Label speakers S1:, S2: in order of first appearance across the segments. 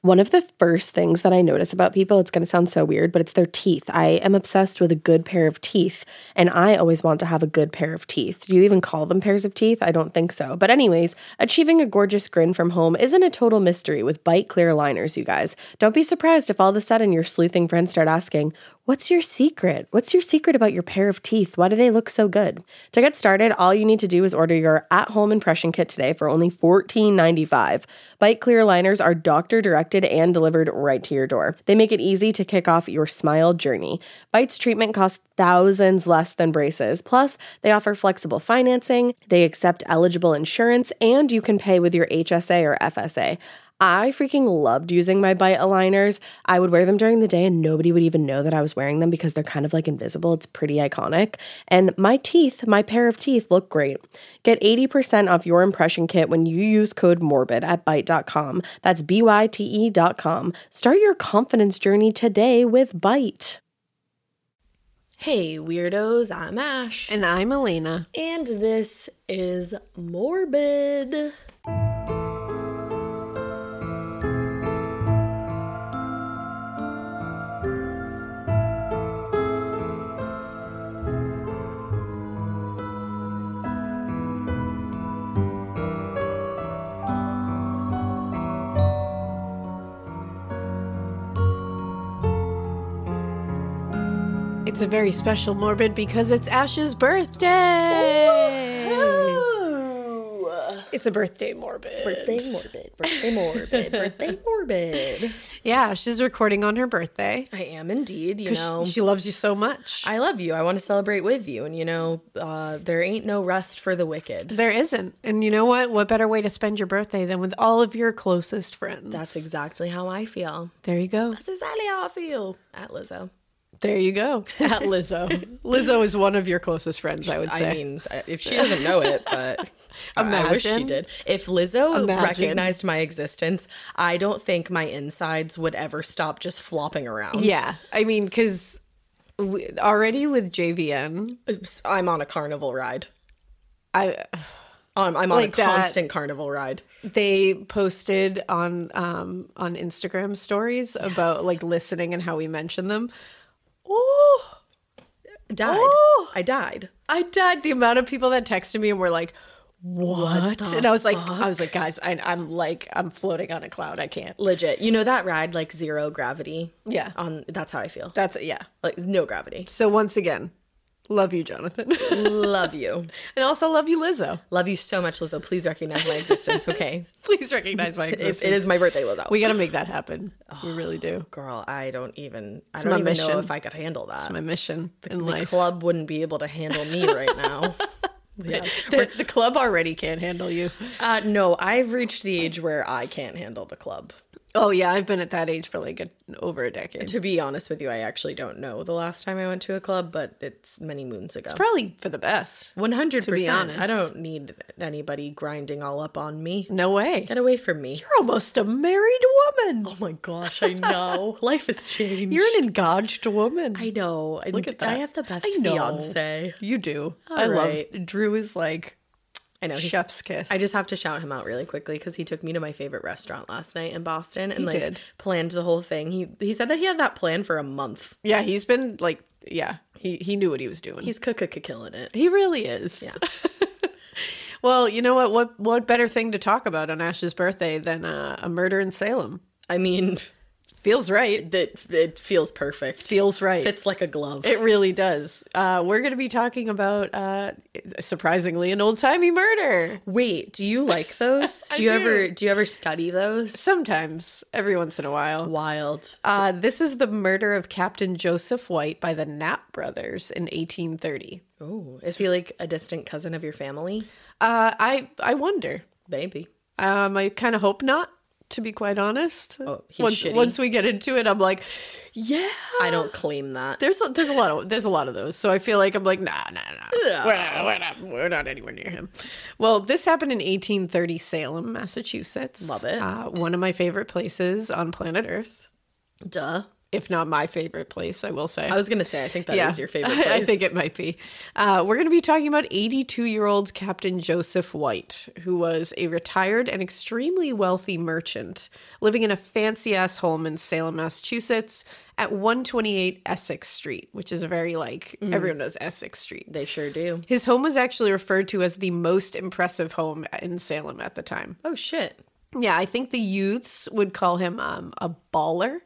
S1: One of the first things that I notice about people, it's going to sound so weird, but it's their teeth. I am obsessed with a good pair of teeth, and I always want to have a good pair of teeth. Do you even call them pairs of teeth? I don't think so. But, anyways, achieving a gorgeous grin from home isn't a total mystery with bite clear liners, you guys. Don't be surprised if all of a sudden your sleuthing friends start asking, What's your secret? What's your secret about your pair of teeth? Why do they look so good? To get started, all you need to do is order your at-home impression kit today for only $14.95. Bite Clear liners are doctor-directed and delivered right to your door. They make it easy to kick off your smile journey. Bite's treatment costs thousands less than braces. Plus, they offer flexible financing, they accept eligible insurance, and you can pay with your HSA or FSA. I freaking loved using my bite aligners. I would wear them during the day and nobody would even know that I was wearing them because they're kind of like invisible. It's pretty iconic. And my teeth, my pair of teeth look great. Get 80% off your impression kit when you use code MORBID at Byte.com. That's B Y T E.com. Start your confidence journey today with Byte. Hey, weirdos, I'm Ash.
S2: And I'm Elena.
S1: And this is Morbid.
S2: It's a very special morbid because it's Ash's birthday. It's a birthday morbid.
S1: Birthday morbid, birthday morbid, birthday morbid.
S2: Yeah, she's recording on her birthday.
S1: I am indeed, you
S2: 'cause
S1: know.
S2: she loves you so much.
S1: I love you. I want to celebrate with you. And, you know, uh, there ain't no rest for the wicked.
S2: there isn't. And you know what? What better way to spend your birthday than with all of your closest friends?
S1: That's exactly how I feel.
S2: there you go.
S1: That's exactly how I feel. At Lizzo.
S2: There you go. At Lizzo. Lizzo is one of your closest friends, I would say.
S1: I mean, I- if she doesn't know it, but I- I wish she
S2: Imagine.
S1: did. If Lizzo
S2: Imagine.
S1: recognized my existence, I don't think my insides would ever stop just flopping around.
S2: yeah. I mean, because already with JVN,
S1: Oops, I'm on a carnival ride.
S2: I.
S1: Um, I'm on a
S2: Like that.
S1: constant carnival ride.
S2: they posted on um on Instagram stories about like listening and how we mention them. Oh,
S1: Died.
S2: Oh.
S1: I died.
S2: I died. The amount of people that texted me and were like, "What?" and I was like, "I was like, guys, I, I'm like, I'm floating on a cloud. I can't."
S1: Legit. You know that ride, like zero gravity?
S2: Yeah.
S1: On that's how I feel.
S2: That's yeah.
S1: Like no gravity.
S2: So once again, love you, Jonathan, and
S1: Love you.
S2: also love you, Lizzo.
S1: Love you so much, Lizzo. Please recognize my existence, okay?
S2: Please recognize my
S1: It's,
S2: existence.
S1: it is my birthday, Lizzo.
S2: We got to make that happen. We really do.
S1: Girl, I don't even I
S2: my
S1: don't even know
S2: mission.
S1: if I could handle that.
S2: It's my mission in
S1: the
S2: life.
S1: club wouldn't be able to handle me right now. yeah.
S2: The, the club already can't handle you.
S1: Uh, no, I've reached the age where I can't handle the club.
S2: Oh yeah, I've been at that age for like a, over a decade.
S3: To be honest with you, I actually don't know the last time I went to a club, but it's many moons ago.
S2: Probably for the best.
S3: One hundred percent.
S2: honest.
S3: I don't need anybody grinding all up on me.
S2: No way.
S3: Get away from me.
S2: You're almost a married woman.
S3: Oh my gosh, I know. Life has changed.
S2: You're an engaged woman.
S3: I know. I,
S2: Look at that.
S3: I have the best
S2: I know.
S3: fiance.
S2: You do.
S3: All
S2: I love
S3: right.
S2: Drew is like
S3: I know. He,
S2: chef's kiss.
S3: I just have to shout him out really quickly because he took me to my favorite restaurant last night in Boston and like
S2: did.
S3: planned the whole thing. He he said that he had that plan for a month.
S2: Yeah, he's been like yeah, he he knew what he was doing.
S3: He's cuckoo killing it.
S2: he really is. Yeah. well, you know what what what better thing to talk about on Ash's birthday than uh, a murder in Salem?
S3: I mean,
S2: Feels right.
S3: that it feels perfect.
S2: Feels right.
S3: Fits like a glove.
S2: It really does. Uh, we're going to be talking about, uh, surprisingly, an old timey murder.
S3: Wait, do you like those? do you
S2: do.
S3: ever do you ever study those?
S2: Sometimes, every once in a while.
S3: Wild.
S2: Uh, this is the murder of Captain Joseph White by the Knapp brothers in 1830.
S3: Oh, is he like a distant cousin of your family?
S2: Uh, I I wonder.
S3: Maybe.
S2: Um, I kind of hope not, to be quite honest.
S3: Oh, he's
S2: once,
S3: shitty.
S2: once we get into it, I'm like, yeah.
S3: I don't claim that.
S2: There's a, there's a lot of there's a lot of those, so I feel like I'm like nah nah nah we're not, we're not we're not anywhere near him. Well, this happened in 1830 Salem, Massachusetts.
S3: Love it.
S2: Uh, one of my favorite places on planet Earth,
S3: Duh.
S2: if not my favorite place, I will say.
S3: I was gonna say I think that is your favorite place.
S2: I think it might be. Uh, we're going to be talking about 82 year old Captain Joseph White, who was a retired and extremely wealthy merchant living in a fancy ass home in Salem, Massachusetts at 128 Essex Street, which is a very like
S3: Mm.
S2: everyone knows Essex Street.
S3: they sure do.
S2: His home was actually referred to as the most impressive home in Salem at the time.
S3: Oh shit.
S2: Yeah, I think the youths would call him um, a baller.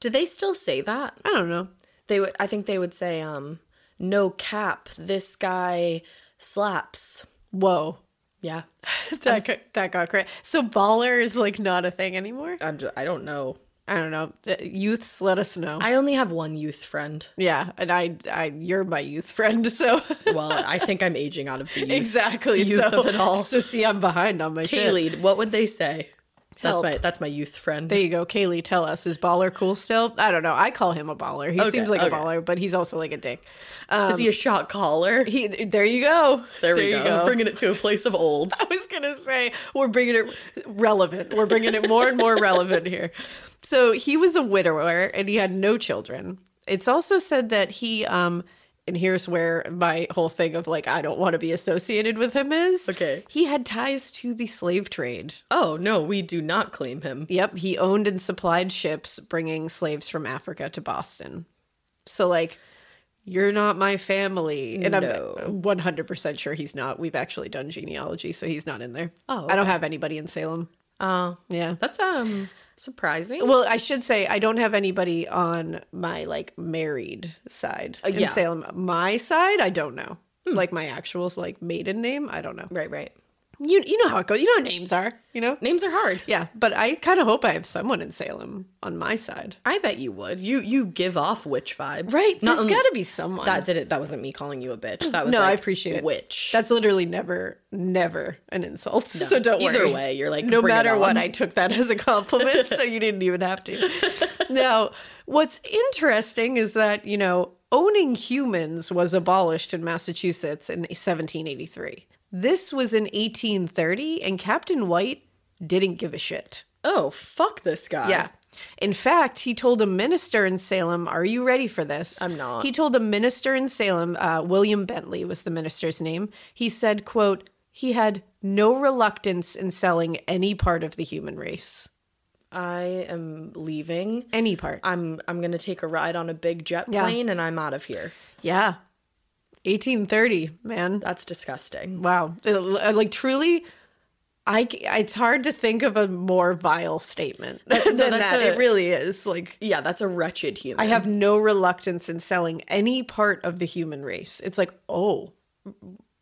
S3: Do they still say that?
S2: I don't know.
S3: They would I think they would say, um, no cap, this guy slaps.
S2: Whoa.
S3: Yeah.
S2: that got, that got cra So baller is like not a thing anymore.
S3: I'm just, I don't know.
S2: I don't know. The Youths, let us know.
S3: I only have one youth friend.
S2: yeah, and I, I, you're my youth friend, so
S3: Well, I think I'm aging out of the youth.
S2: exactly.
S3: Youth
S2: so,
S3: of it all.
S2: So see, I'm behind on my shit.
S3: Kaylee, what would they say?
S2: Help.
S3: That's my that's my youth friend.
S2: There you go, Kaylee. Tell us, is baller cool still? I don't know. I call him a baller. He
S3: Okay,
S2: seems like
S3: okay.
S2: a baller, but he's also like a dick. Uh,
S3: Is he a shot caller?
S2: um, He, there you go.
S3: there we
S2: you
S3: go. Bringing it to a place of old.
S2: I was gonna say we're bringing it relevant. We're bringing it more and more relevant here. So he was a widower and he had no children. It's also said that he, um, and here's where my whole thing of like I don't want to be associated with him is.
S3: Okay.
S2: He had ties to the slave trade.
S3: Oh no, we do not claim him.
S2: Yep, he owned and supplied ships bringing slaves from Africa to Boston. So like you're not my family. And
S3: No.
S2: I'm 100% sure he's not. We've actually done genealogy, so he's not in there.
S3: Oh,
S2: I don't have anybody in Salem.
S3: Oh,
S2: Yeah.
S3: that's um surprising.
S2: Well, I should say I don't have anybody on my like married side in
S3: Uh, yeah. Hmm.
S2: Salem. My side, I don't know. Like my actual like maiden name, I don't know.
S3: right, right.
S2: You you know how it goes. You know how names are, you know?
S3: Names are hard.
S2: Yeah, but I kind of hope I have someone in Salem on my side.
S3: I bet you would. You you give off witch vibes,
S2: Right.
S3: Not
S2: there's
S3: only-
S2: got to be someone.
S3: that didn't. That wasn't me calling you a bitch. That was
S2: No, I
S3: like,
S2: appreciate it.
S3: Witch.
S2: That's literally never, never an insult. so don't
S3: Either
S2: worry.
S3: way, you're like,
S2: no
S3: "Bring it
S2: matter what,
S3: on."
S2: I took that as a compliment. so you didn't even have to. now, what's interesting is that you know owning humans was abolished in Massachusetts in 1783. This was in 1830, and Captain White didn't give a shit.
S3: oh fuck this guy.
S2: Yeah. In fact, he told a minister in Salem, Are you ready for this?
S3: I'm not.
S2: He told a minister in Salem, uh, William Bentley was the minister's name. He said, quote, he had no reluctance in selling any part of the human race.
S3: I am leaving.
S2: Any part.
S3: I'm I'm gonna take a ride on a big jet
S2: Yeah.
S3: plane and I'm out of here.
S2: yeah. 1830, man.
S3: That's disgusting.
S2: Wow. Uh, Like, truly. I, c- it's hard to think of a more vile statement than
S3: that's
S2: that.
S3: a-
S2: it really is. Like,
S3: Yeah, that's a wretched human.
S2: I have no reluctance in selling any part of the human race. It's like, oh,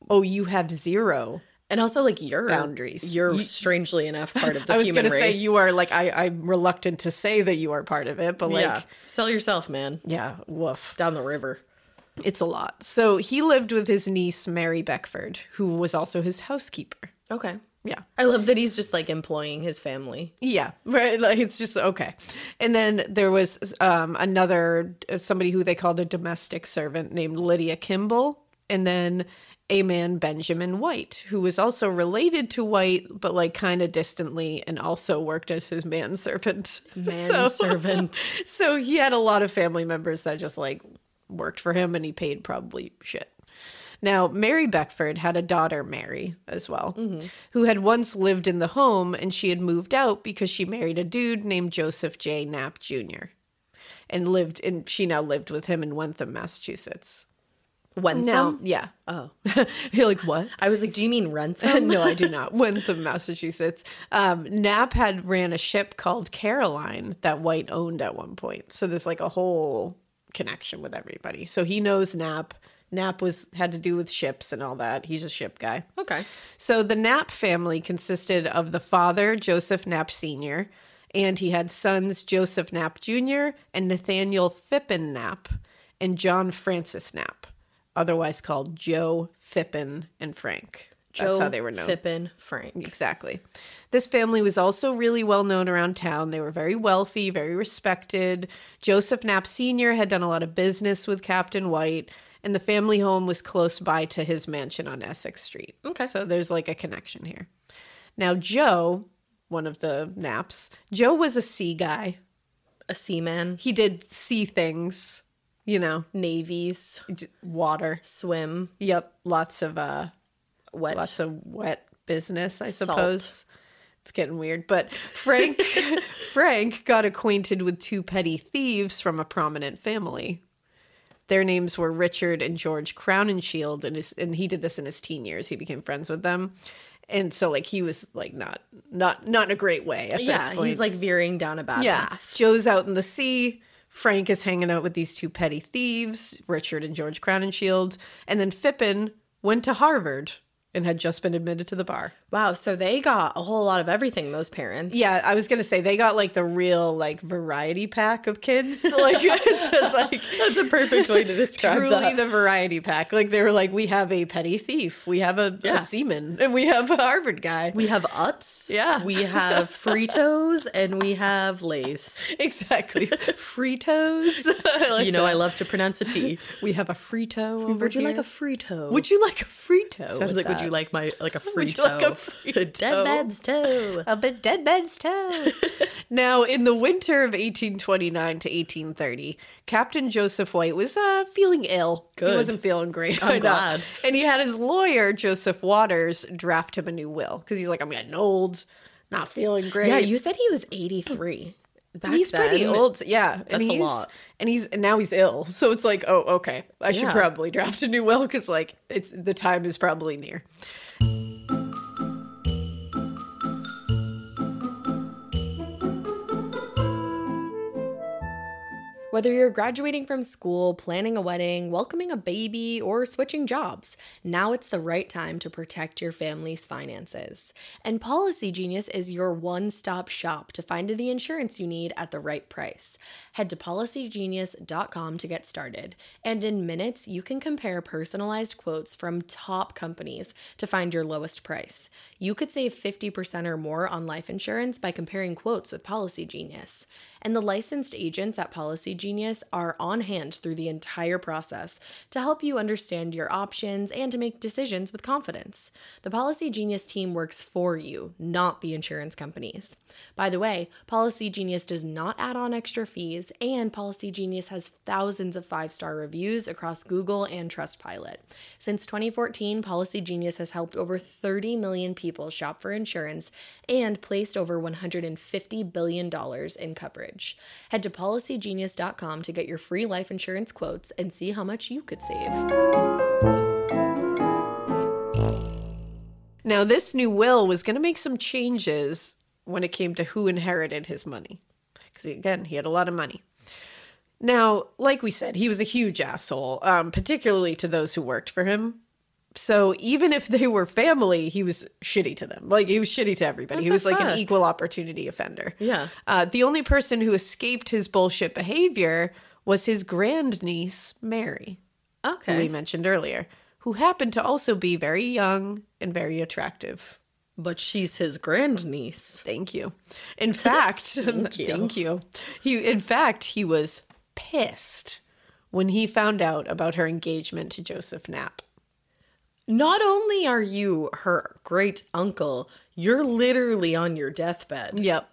S2: oh, you have zero.
S3: and also like your
S2: Boundaries.
S3: You're strangely enough part of the
S2: I was
S3: human
S2: gonna
S3: race.
S2: say you are like I, I'm reluctant to say that you are part of it, but like
S3: yeah, sell yourself, man.
S2: yeah, woof.
S3: Down the river.
S2: It's a lot. So he lived with his niece Mary Beckford, who was also his housekeeper.
S3: Okay.
S2: Yeah.
S3: I love that he's just like employing his family.
S2: Yeah, right. Like it's just okay. And then there was um, another somebody who they called a domestic servant named Lydia Kimball, and then a man Benjamin White, who was also related to White, but like kind of distantly, and also worked as his manservant.
S3: Manservant.
S2: So he had a lot of family members that just like worked for him, and he paid probably shit. Now, Mary Beckford had a daughter, Mary, as well, who had once lived in the home and she had moved out because she married a dude named Joseph J. Knapp Jr. and lived and she now lived with him in Wentham, Massachusetts.
S3: Wentham.
S2: Now, yeah. Oh. You're like, what?
S3: I was like, do you mean Rentham?
S2: no, I do not. Wentham, Um, Massachusetts. Um, Knapp had ran a ship called Caroline that White owned at one point. So there's like a whole connection with everybody. So he knows Knapp. Knapp was had to do with ships and all that. He's a ship guy.
S3: okay.
S2: So the Knapp family consisted of the father, Joseph Knapp Sr., and he had sons, Joseph Knapp Jr. and Nathaniel Fippen Knapp and John Francis Knapp, otherwise called Joe, Fippen, and Frank. That's how they were known.
S3: Fippen Frank.
S2: Exactly. This family was also really well known around town. They were very wealthy, very respected. Joseph Knapp Sr. had done a lot of business with Captain White, and the family home was close by to his mansion on Essex Street.
S3: Okay.
S2: So there's like a connection here. Now, Joe, one of the Knapps, Joe was a sea guy.
S3: A seaman.
S2: He did sea things, you know,
S3: Navies.
S2: j- water.
S3: Swim.
S2: Yep, lots of uh
S3: Wet.
S2: Lots of wet business, I
S3: Salt.
S2: suppose. It's getting weird, but Frank Frank got acquainted with two petty thieves from a prominent family. Their names were Richard and George Crowninshield, and his, and he did this in his teen years. He became friends with them, and so like he was like not not not in a great way at
S3: yeah,
S2: this point.
S3: he's like veering down a bad
S2: Yeah.
S3: path.
S2: Joe's out in the sea. Frank is hanging out with these two petty thieves, Richard and George Crowninshield. And then Fippen went to Harvard and had just been admitted to the bar.
S3: Wow, so they got a whole lot of everything, those parents.
S2: Yeah, I was going to say they got like the real like variety pack of kids. Like, it's just, like
S3: That's a perfect way to describe
S2: truly
S3: that.
S2: the variety pack. Like they were like, we have a petty thief, we have a,
S3: Yeah.
S2: a seaman, and we have a Harvard guy.
S3: we have Uts.
S2: Yeah.
S3: We have Fritos and we have Lays.
S2: exactly. Fritos. I like
S3: you know,
S2: that.
S3: I love to pronounce a T.
S2: we have a Frito over
S3: Would you like
S2: here.
S3: a Frito?
S2: Would you like a Frito?
S3: Sounds like, would you like my like a Frito?
S2: Would you like a Frito?
S3: Dead man's toe.
S2: a bit dead man's toe? now, in the winter of 1829 to 1830, Captain Joseph White was uh, feeling ill.
S3: Good.
S2: He wasn't feeling great.
S3: I'm
S2: I know.
S3: glad.
S2: And he had his lawyer Joseph Waters draft him a new will because he's like, I'm getting old, not feeling great.
S3: Yeah, you said he was 83. Back
S2: he's pretty
S3: then.
S2: old. Yeah,
S3: that's a
S2: he's,
S3: lot.
S2: And he's and now he's ill, so it's like, oh, okay, I should
S3: Yeah.
S2: probably draft a new will because like it's the time is probably near.
S3: Whether you're graduating from school, planning a wedding, welcoming a baby, or switching jobs, now it's the right time to protect your family's finances. And Policy Genius is your one stop shop to find the insurance you need at the right price. Head to policygenius.com to get started. And in minutes, you can compare personalized quotes from top companies to find your lowest price. You could save 50% or more on life insurance by comparing quotes with Policy Genius. And the licensed agents at Policy Genius are on hand through the entire process to help you understand your options and to make decisions with confidence. The Policy Genius team works for you, not the insurance companies. By the way, Policy Genius does not add on extra fees, and Policy Genius has thousands of five star reviews across Google and Trustpilot. Since 2014, Policy Genius has helped over 30 million people shop for insurance and placed over $150 billion in coverage. Head to policygenius.com to get your free life insurance quotes and see how much you could save.
S2: Now, this new will was going to make some changes when it came to who inherited his money. Because, again, he had a lot of money. Now, like we said, he was a huge asshole, um, particularly to those who worked for him. So even if they were family, he was shitty to them. Like he was shitty to everybody. he
S3: the
S2: was like an
S3: fuck?
S2: equal opportunity offender.
S3: Yeah.
S2: Uh, the only person who escaped his bullshit behavior was his grandniece, Mary who we
S3: Okay.
S2: mentioned earlier, who happened to also be very young and very attractive.
S3: But she's his grandniece.
S2: Thank you. In fact, thank,
S3: you.
S2: you. He in fact he was pissed when he found out about her engagement to Joseph Knapp.
S3: Not only are you her great uncle, you're literally on your deathbed.
S2: Yep.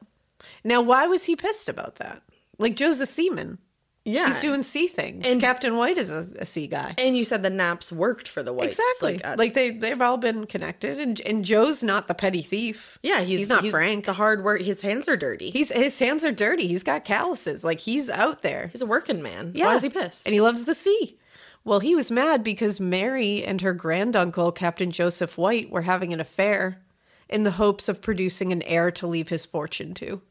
S2: Now why was he pissed about that? Like Joe's a seaman.
S3: Yeah.
S2: He's doing sea things.
S3: And-
S2: And Captain White is a, a sea guy.
S3: and you said the naps worked for the whites.
S2: Exactly. Like,
S3: Like, uh,
S2: they they've all been connected and and Joe's not the petty thief.
S3: yeah, he's,
S2: he's not Frank.
S3: The hard work. His hands are dirty.
S2: He's his hands are dirty. He's got calluses. Like he's out there.
S3: He's a working man.
S2: Yeah.
S3: Why is he pissed?
S2: And he loves the sea. Well, he was mad because Mary and her granduncle, Captain Joseph White, were having an affair in the hopes of producing an heir to leave his fortune to.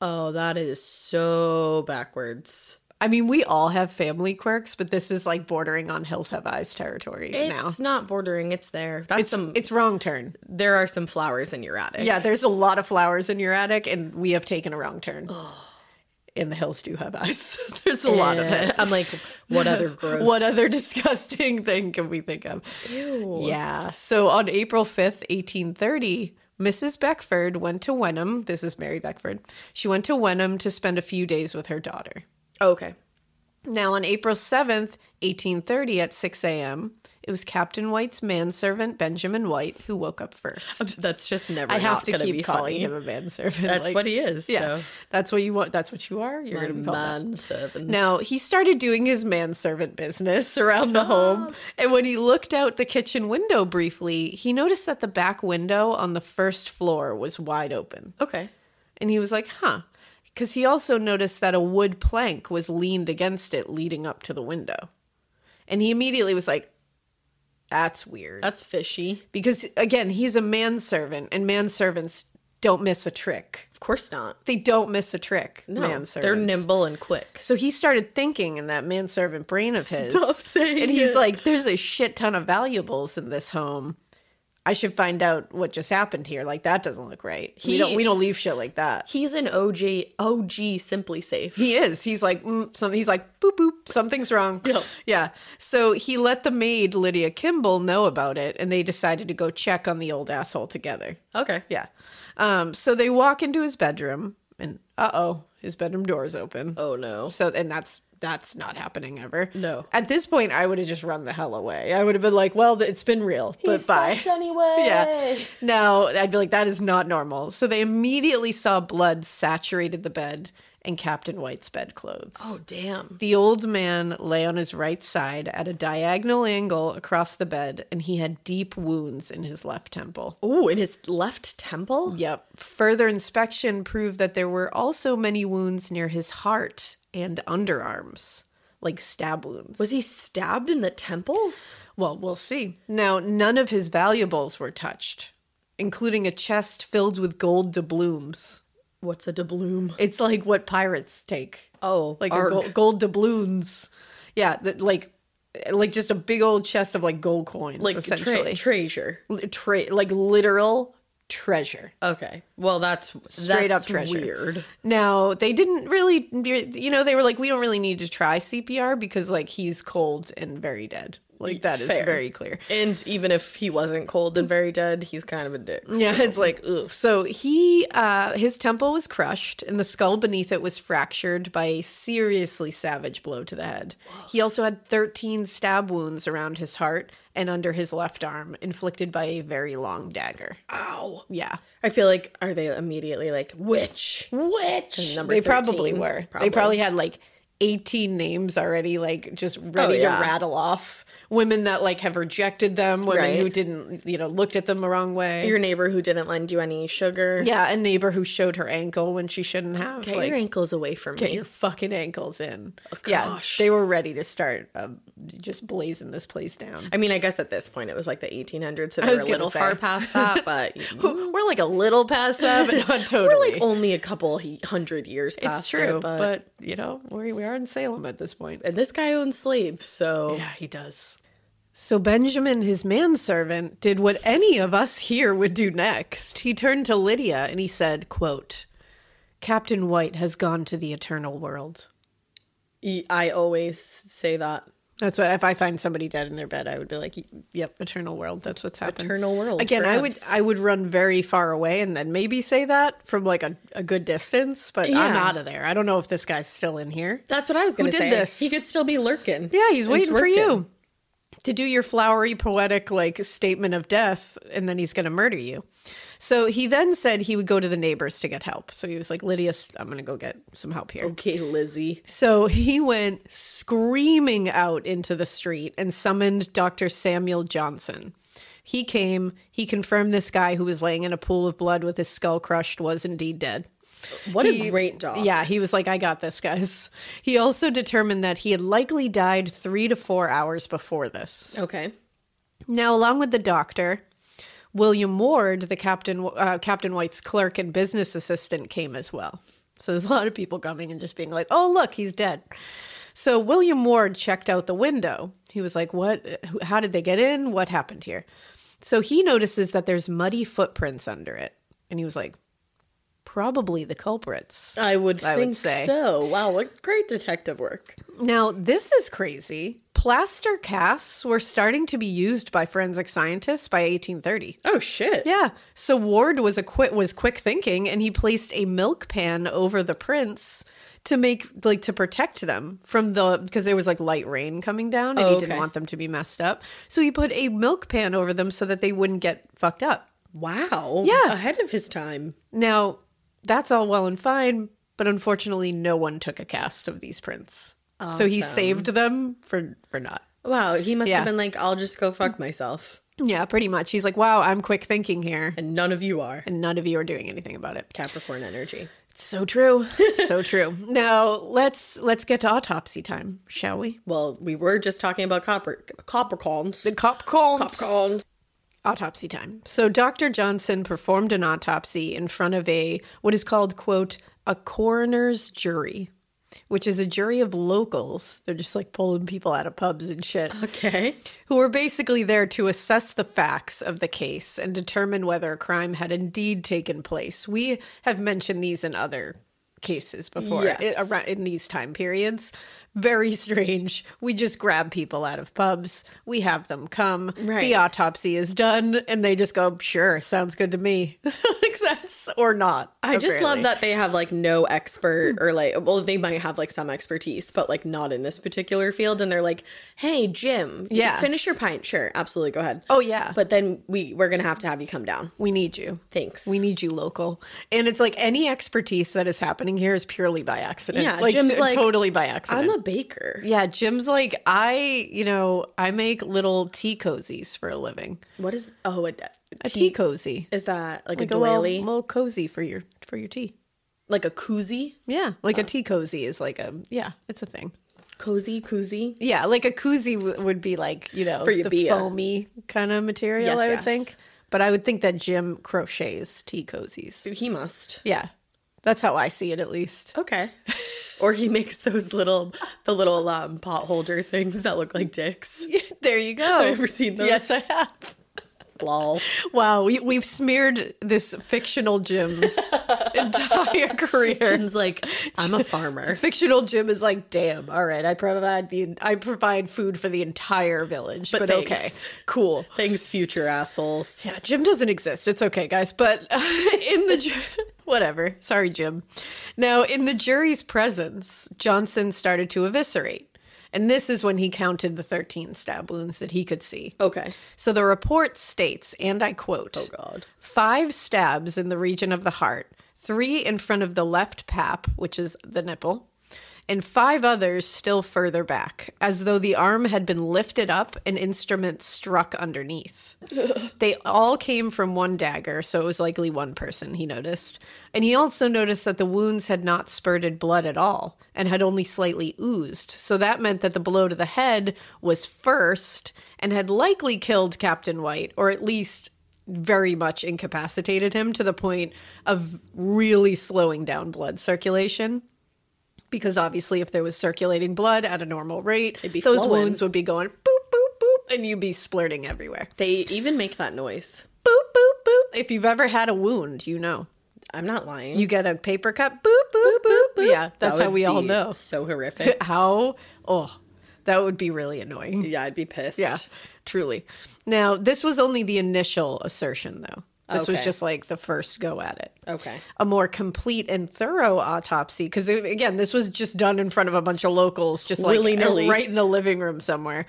S3: oh, that is so backwards.
S2: I mean, we all have family quirks, but this is like bordering on Hills Have Eyes territory now.
S3: It's not bordering. It's there. That's some.
S2: It's wrong turn.
S3: there are some flowers in your attic.
S2: Yeah, there's a lot of flowers in your attic, and we have taken a wrong turn. And the hills do have eyes. there's
S3: Eh,
S2: a lot of it.
S3: I'm like, what other gross?
S2: What other disgusting thing can we think of? Yeah. So on April 5th, 1830, Mrs. Beckford went to Wenham. This is Mary Beckford. She went to Wenham to spend a few days with her daughter.
S3: Okay.
S2: Now, on April 7th, 1830, at 6 a.m., it was Captain White's manservant, Benjamin White, who woke up first.
S3: That's just never.
S2: I have
S3: not
S2: to
S3: gonna be
S2: keep calling
S3: funny.
S2: him a manservant.
S3: That's
S2: like-
S3: what he is.
S2: Yeah.
S3: So.
S2: That's what you want. That's what you are. You're
S3: A
S2: going to be called that.
S3: manservant.
S2: Now, he started doing his manservant business around the home. And when he looked out the kitchen window briefly, he noticed that the back window on the first floor was wide open.
S3: Okay.
S2: And he was like, huh. Because he also noticed that a wood plank was leaned against it leading up to the window. And he immediately was like, that's weird.
S3: That's fishy.
S2: because again, he's a manservant, and manservants don't miss a trick.
S3: Of course not.
S2: They don't miss a trick.
S3: No,
S2: manservants.
S3: they're nimble and quick.
S2: So he started thinking in that manservant brain of his.
S3: Stop saying
S2: And he's
S3: it.
S2: like, there's a shit ton of valuables in this home. I should find out what just happened here. Like that doesn't look right.
S3: He-
S2: we don't we don't leave shit like that.
S3: He's an OG. OG simply safe.
S2: He is. He's like mm, some. He's like boop boop. Something's wrong.
S3: Yep.
S2: Yeah. So he let the maid Lydia Kimball know about it, and they decided to go check on the old asshole together.
S3: okay.
S2: Yeah. Um. So they walk into his bedroom, and uh oh, his bedroom door is open.
S3: Oh no.
S2: So and that's that's not happening ever.
S3: No.
S2: At this point, I would have just run the hell away. I would have been like, "Well, th- it's been real, but bye."
S3: anyway.
S2: Yeah. No, I'd be like, "That is not normal." So they immediately saw blood saturated the bed and Captain White's bedclothes.
S3: Oh damn.
S2: The old man lay on his right side at a diagonal angle across the bed, and he had deep wounds in his left temple.
S3: Oh, in his left temple.
S2: Yep. Further inspection proved that there were also many wounds near his heart and underarms, like stab wounds.
S3: Was he stabbed in the temples?
S2: Well, we'll see. Now, none of his valuables were touched, including a chest filled with gold doubloons.
S3: What's a doubloon?
S2: It's like what pirates take.
S3: Oh,
S2: like a
S3: arg.
S2: gold, gold doubloons. Yeah, that like like just a big old chest of like gold coins
S3: Like tra-
S2: essentially.
S3: treasure.
S2: Li- tra- like literal treasure.
S3: Okay. Well, that's
S2: straight
S3: that's
S2: up treasure.
S3: Weird.
S2: Now they didn't really, you know, they were like, we don't really need to try CPR because like he's cold and very dead. Like that is
S3: Fair.
S2: very clear.
S3: And even if he wasn't cold and very dead, he's kind of a dick.
S2: Yeah, it's like oof. So he, uh, his temple was crushed, and the skull beneath it was fractured by a seriously savage blow to the head. He also had thirteen stab wounds around his heart and under his left arm, inflicted by a very long dagger.
S3: Ah. Ow.
S2: Yeah.
S3: I feel like are they immediately like witch?
S2: Which
S3: number
S2: they probably
S3: 13,
S2: were.
S3: probably.
S2: They probably had like 18 names already, like just ready
S3: Oh, yeah.
S2: to rattle off women that like have rejected them, women
S3: Right.
S2: who didn't, you know, looked at them the wrong way.
S3: Your neighbor who didn't lend you any sugar.
S2: yeah, a neighbor who showed her ankle when she shouldn't have.
S3: Get
S2: like,
S3: your ankles away from
S2: get
S3: me.
S2: your fucking ankles in.
S3: gosh.
S2: Yeah, they were ready to start um, just blazing this place down.
S3: I mean, I guess at this point it was like the 1800s, so they
S2: was
S3: were a
S2: gonna
S3: little far
S2: say.
S3: past that. But
S2: We're like a little past that, but not totally.
S3: we're like only a couple he- hundred years past.
S2: it's true,
S3: it,
S2: but, you know, we we are in Salem at this point.
S3: and this guy owns slaves, so
S2: Yeah, he does. So Benjamin, his manservant, did what any of us here would do next. He turned to Lydia and he said, quote, Captain White has gone to the eternal world.
S3: E- I always say that.
S2: That's what if I find somebody dead in their bed, I would be like, "Yep, eternal world. That's what's happened."
S3: Eternal world,
S2: Again,
S3: perhaps.
S2: I would I would run very far away and then maybe say that from like a, a good distance, but I'm
S3: Yeah.
S2: out of there. I don't know if this guy's still in here.
S3: That's what I was going to
S2: did
S3: say.
S2: this?
S3: He could still be lurking.
S2: Yeah, he's
S3: and
S2: waiting for
S3: twerking.
S2: you to do your flowery, poetic, like statement of death, and then he's going to murder you. So he then said he would go to the neighbors to get help. So he was like, Lydia, I'm going to go get some help here.
S3: Okay, Lizzie.
S2: So he went screaming out into the street and summoned Dr. Samuel Johnson. He came, he confirmed this guy who was laying in a pool of blood with his skull crushed was indeed dead.
S3: What
S2: He-
S3: a great dog.
S2: Yeah, he was like, I got this, guys. He also determined that he had likely died three to four hours before this.
S3: Okay.
S2: Now, along with the doctor, William Ward, the captain, uh, Captain White's clerk and business assistant, came as well. So there's a lot of people coming and just being like, "Oh, look, he's dead." So William Ward checked out the window. He was like, "What? who- How did they get in? What happened here?" So he notices that there's muddy footprints under it, and he was like, "Probably the culprits."
S3: I would
S2: I would
S3: think
S2: say.
S3: so. Wow, what great detective work.
S2: Now, this is crazy. Plaster casts were starting to be used by forensic scientists by 1830.
S3: Oh shit.
S2: Yeah. So Ward was a quick was quick thinking, and he placed a milk pan over the prints to make like to protect them from the because there was like light rain coming down, and
S3: Oh,
S2: he didn't
S3: okay.
S2: want them to be messed up. So he put a milk pan over them so that they wouldn't get fucked up.
S3: Wow.
S2: Yeah.
S3: Ahead of his time.
S2: Now, that's all well and fine, but unfortunately, no one took a cast of these prints. So he
S3: Awesome.
S2: saved them for for not.
S3: Wow, he must
S2: Yeah.
S3: have been like, I'll just go fuck myself.
S2: Yeah, pretty much. He's like, "Wow, I'm quick thinking here."
S3: And none of you are.
S2: And none of you are doing anything about it.
S3: Capricorn energy.
S2: So true. so true. Now let's let's get to autopsy time, shall we?
S3: Well, we were just talking about copper Capricorns.
S2: The cop calls.
S3: Capricorns.
S2: Autopsy time. So Dr. Johnson performed an autopsy in front of a what is called quote a coroner's jury, which is a jury of locals. They're just like pulling people out of pubs and shit.
S3: Okay.
S2: who were basically there to assess the facts of the case and determine whether a crime had indeed taken place. We have mentioned these in other cases before
S3: Yes.
S2: i- around- in these time periods. Very strange. We just grab people out of pubs, we have them come,
S3: Right.
S2: the autopsy is done, and they just go, sure, sounds good to me. like that's or not.
S3: I just love
S2: apparently.
S3: that they have like no expert or like well they might have like some expertise but like not in this particular field and they're like hey Jim you
S2: Yeah.
S3: finish your pint sure absolutely go ahead
S2: Oh yeah.
S3: but then we we're gonna have to have you come down
S2: we need you.
S3: thanks
S2: We need you local. And it's like any expertise that is happening here is purely by accident.
S3: Yeah,
S2: like,
S3: Jim's
S2: t-
S3: like,
S2: totally by accident.
S3: I'm a baker
S2: yeah, Jim's like, I, you know, I make little tea cozies for a living.
S3: what is oh a,
S2: A tea,
S3: tea
S2: cozy.
S3: is that like,
S2: Like
S3: a
S2: a little,
S3: doily
S2: little cozy for your for your tea.
S3: like a koozie
S2: Yeah. Uh. Like a tea cozy is like a yeah, it's a thing.
S3: cozy koozie
S2: Yeah, like a koozie w- would be like, you know,
S3: For your
S2: the
S3: beer.
S2: foamy kind of material,
S3: Yes,
S2: I would
S3: yes.
S2: think. But I would think that Jim crochets tea cozies.
S3: he must
S2: Yeah. That's how I see it at least.
S3: okay or he makes those little the little um pot holder things that look like dicks
S2: there you go.
S3: Have you ever seen those?
S2: Yes, I have.
S3: lol
S2: Wow, we, we've smeared this fictional Jim's entire career.
S3: Jim's like I'm a farmer
S2: Fictional Jim is like, damn. All right, I provide the I provide food for the entire village, but,
S3: But
S2: okay,
S3: thanks.
S2: cool.
S3: Thanks, future assholes.
S2: Yeah, Jim doesn't exist. It's okay, guys. But in the ju- whatever, sorry, Jim. Now, in the jury's presence, Johnson started to eviscerate, and this is when he counted the thirteen stab wounds that he could see.
S3: Okay.
S2: So the report states, and I quote
S3: Oh, God.
S2: five stabs in the region of the heart, three in front of the left pap, which is the nipple, and five others still further back, as though the arm had been lifted up and instrument struck underneath. they all came from one dagger, so it was likely one person, he noticed. And he also noticed that the wounds had not spurted blood at all and had only slightly oozed. So that meant that the blow to the head was first and had likely killed Captain White, or at least very much incapacitated him to the point of really slowing down blood circulation. Because obviously, if there was circulating blood at a normal rate,
S3: be
S2: those
S3: flowing.
S2: wounds would be going boop, boop, boop, and you'd be splurting everywhere.
S3: They even make that noise.
S2: Boop, boop, boop. If you've ever had a wound, you know.
S3: I'm not lying.
S2: You get a paper cut, boop, boop, boop, boop. Yeah,
S3: That
S2: that's how
S3: would
S2: we all
S3: be
S2: know.
S3: So horrific.
S2: How, oh. That would be really annoying.
S3: Yeah, I'd be pissed.
S2: Um, Yeah, truly. Now, this was only the initial assertion, though. This was
S3: Okay.
S2: just like the first go at it.
S3: Okay.
S2: A more complete and thorough autopsy, because again, this was just done in front of a bunch of locals, just like
S3: Willy-nilly.
S2: right in a living room somewhere.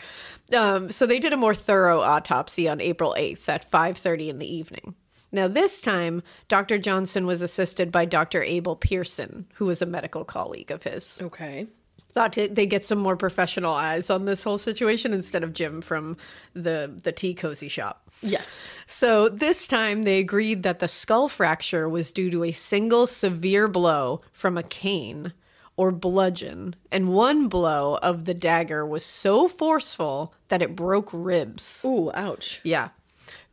S2: Um, so they did a more thorough autopsy on April eighth at five thirty in the evening. Now this time, Dr. Johnson was assisted by Dr. Abel Pearson, who was a medical colleague of his
S3: Okay.
S2: thought to, they get some more professional eyes on this whole situation instead of Jim from the the tea cozy shop.
S3: Yes.
S2: So this time they agreed that the skull fracture was due to a single severe blow from a cane or bludgeon, and one blow of the dagger was so forceful that it broke ribs.
S3: Ooh, ouch.
S2: Yeah.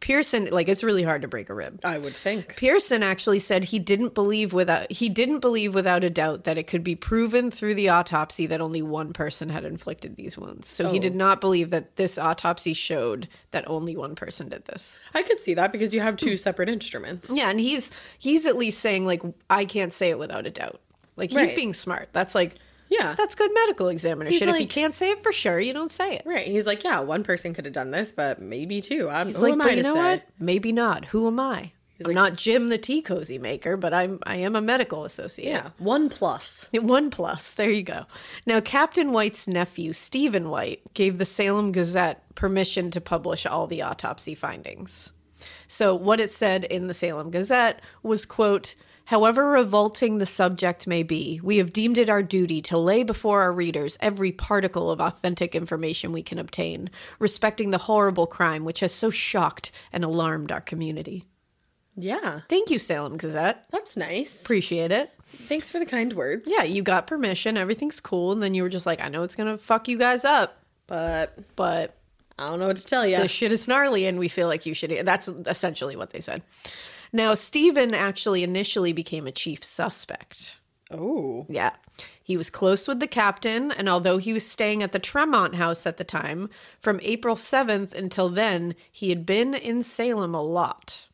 S2: Pearson like it's really hard to break a rib.
S3: I would think.
S2: Pearson actually said he didn't believe without he didn't believe without a doubt that it could be proven through the autopsy that only one person had inflicted these wounds. So he did not believe that this autopsy showed that only one person did this.
S3: I could see that because you have two separate instruments.
S2: Yeah, and he's he's at least saying like I can't say it without a doubt. Like he's
S3: Right.
S2: being smart. That's like
S3: Yeah.
S2: that's good medical examiner
S3: He's
S2: shit. if you
S3: like-
S2: can't say it for sure, you don't say it.
S3: Right. He's like, yeah, one person could have done this, but maybe two. I'm
S2: He's
S3: who
S2: like,
S3: am I
S2: but you
S3: to
S2: know
S3: say?"
S2: what? Maybe not. Who am I? I'm not Jim the tea cozy maker, but I'm I am a medical associate.
S3: Yeah. One plus.
S2: One plus. There you go. Now, Captain White's nephew, Stephen White, gave the Salem Gazette permission to publish all the autopsy findings. So, what it said in the Salem Gazette was, quote, However revolting the subject may be, we have deemed it our duty to lay before our readers every particle of authentic information we can obtain respecting the horrible crime which has so shocked and alarmed our community.
S3: Yeah.
S2: Thank you, Salem Gazette.
S3: That's nice.
S2: Appreciate it.
S3: Thanks for the kind words.
S2: Yeah, you got permission, everything's cool, and then you were just like, I know it's gonna fuck you guys up,
S3: But
S2: but
S3: I don't know what to tell you.
S2: this shit is gnarly and we feel like you should e-" that's essentially what they said. Now Stephen actually initially became a chief suspect.
S3: oh.
S2: Yeah. He was close with the captain, and although he was staying at the Tremont house at the time, from April 7th until then, he had been in Salem a lot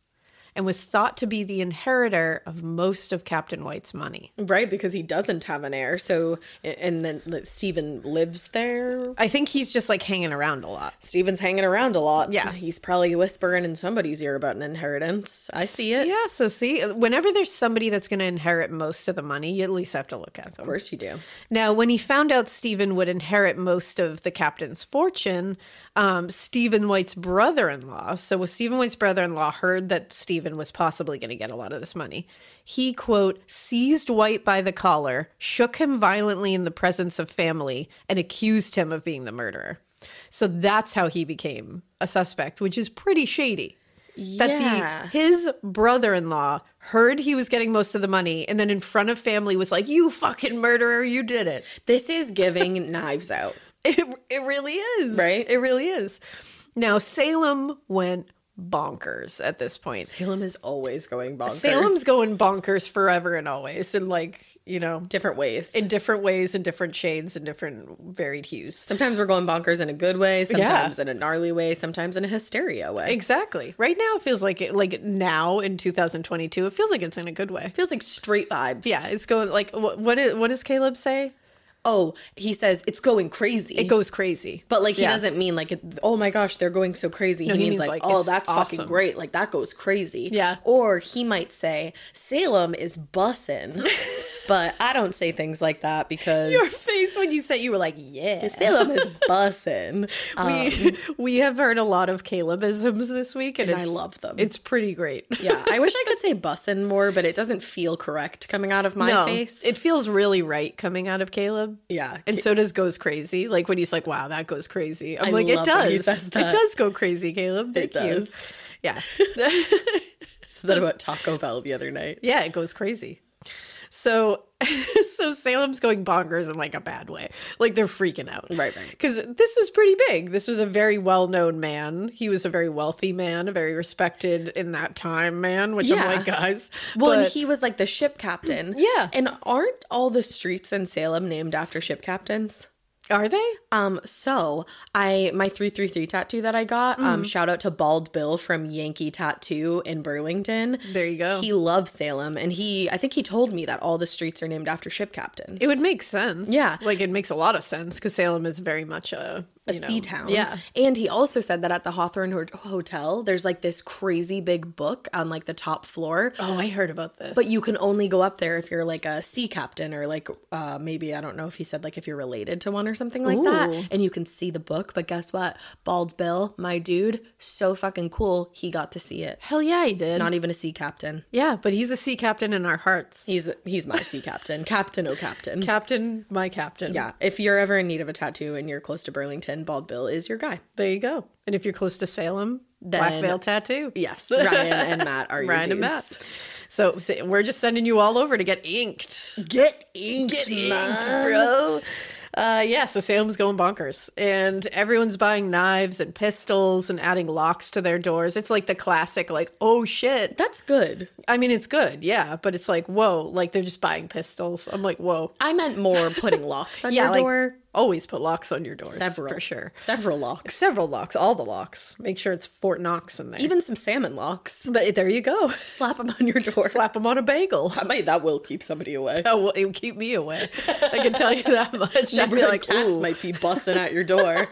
S2: and was thought to be the inheritor of most of Captain White's money.
S3: Right, because he doesn't have an heir. So, and then like, Stephen lives there.
S2: I think he's just like hanging around a lot.
S3: Stephen's hanging around a lot.
S2: Yeah.
S3: He's probably whispering in somebody's ear about an inheritance. I see it.
S2: Yeah, so see, uh, whenever there's somebody that's going to inherit most of the money, you at least have to look at
S3: Of
S2: them.
S3: course you do.
S2: Now, when he found out Stephen would inherit most of the captain's fortune, um, Stephen White's brother in law, so when Stephen White's brother in law heard that Stephen was possibly going to get a lot of this money, he, quote, seized White by the collar, shook him violently in the presence of family, and accused him of being the murderer. So that's how he became a suspect, which is pretty shady that
S3: Yeah.
S2: the his brother-in-law heard he was getting most of the money and then in front of family was like you fucking murderer you did it
S3: This is giving knives out.
S2: it, it really is
S3: Right?
S2: it really is now salem went bonkers at this point
S3: Salem is always going bonkers.
S2: salem's going bonkers forever and always and like you know
S3: different ways.
S2: in different ways and different shades and different varied hues
S3: sometimes we're going bonkers in a good way, sometimes in a gnarly way, sometimes in a hysteria way.
S2: exactly right now it feels like it like now in 2022 it feels like it's in a good way
S3: feels like straight vibes.
S2: yeah it's going like what what, is, what does caleb say
S3: Oh, he says it's going crazy.
S2: it goes crazy
S3: But like he
S2: Yeah.
S3: doesn't mean like it, oh my gosh they're going so crazy. he,
S2: he
S3: means,
S2: means,
S3: like,
S2: like,
S3: oh
S2: it's
S3: that's fucking
S2: awesome.
S3: great. Like that goes crazy.
S2: Yeah.
S3: Or he might say Salem is bussin', but I don't say things like that because
S2: your face when you said you were like, yeah.
S3: Salem is bussin'. Um,
S2: we we have heard a lot of Calebisms this week, and,
S3: And I
S2: it's-
S3: love them.
S2: It's pretty great.
S3: yeah, I wish I could say bussin' more, but it doesn't feel correct coming out of my
S2: No,
S3: face.
S2: it feels really right coming out of Caleb.
S3: yeah.
S2: And so does goes crazy. Like when he's like, "Wow, that goes crazy." I'm
S3: I
S2: like, "It
S3: love when
S2: does.
S3: he says that.
S2: It does go crazy, Caleb."
S3: It
S2: Thank you.
S3: does.
S2: Yeah,
S3: so that about Taco Bell the other night.
S2: yeah, it goes crazy. So, so Salem's going bonkers in like a bad way. Like they're freaking out.
S3: Right, right.
S2: Because this was pretty big. This was a very well known man. He was a very wealthy man, a very respected in that time man, which
S3: Yeah.
S2: I'm like, guys.
S3: Well, and
S2: but- Mm,
S3: he was like the ship captain.
S2: Yeah.
S3: And aren't all the streets in Salem named after ship captains?
S2: Are they?
S3: Um, so I my three three three tattoo that I got.
S2: Mm.
S3: Um, shout out to Bald Bill from Yankee Tattoo in Burlington.
S2: There you go.
S3: He loves Salem, and he I think he told me that all the streets are named after ship captains.
S2: It would make sense.
S3: Yeah.
S2: Like it makes a lot of sense because Salem is very much a,
S3: a
S2: you know-
S3: sea town.
S2: Yeah.
S3: And he also said that at the Hawthorne Ho- Hotel, there's like this crazy big book on like the top floor.
S2: Oh, I heard about this.
S3: But you can only go up there if you're like a sea captain or like uh, maybe I don't know if he said like if you're related to one or something like
S2: Ooh.
S3: that. And you can see the book. But guess what? Bald Bill, my dude, so fucking cool. He got to see it.
S2: hell yeah, I did.
S3: Not even a sea captain.
S2: yeah, but he's a sea captain in our hearts.
S3: He's he's my sea captain. Captain, oh captain.
S2: Captain, my captain.
S3: yeah. If you're ever in need of a tattoo and you're close to Burlington, Bald Bill is your guy.
S2: There you go. And if you're close to Salem, Black
S3: Then-
S2: Veil Tattoo.
S3: Yes, Ryan and Matt are your
S2: Ryan and
S3: dudes.
S2: Matt. So, so we're just sending you all over to get inked.
S3: Get inked, man.
S2: bro. Uh, yeah, so Salem's going bonkers, and everyone's buying knives and pistols and adding locks to their doors. It's like the classic, like, oh shit.
S3: That's good.
S2: I mean, it's good, yeah, but it's like, whoa, like they're just buying pistols. I'm like, whoa.
S3: I meant more putting locks on
S2: Yeah,
S3: your
S2: like,
S3: door.
S2: always put locks on your doors.
S3: Several.
S2: For sure.
S3: Several locks.
S2: Several locks, all the locks. Make sure it's Fort Knox in there.
S3: Even some salmon locks.
S2: but there you go.
S3: Slap them on your door.
S2: Slap them on a bagel.
S3: I might, that will keep somebody away.
S2: Oh, well, it would keep me away. I can tell you that much. I'd be
S3: Neighborhood
S2: like,
S3: cats
S2: ooh.
S3: might be busting at your door.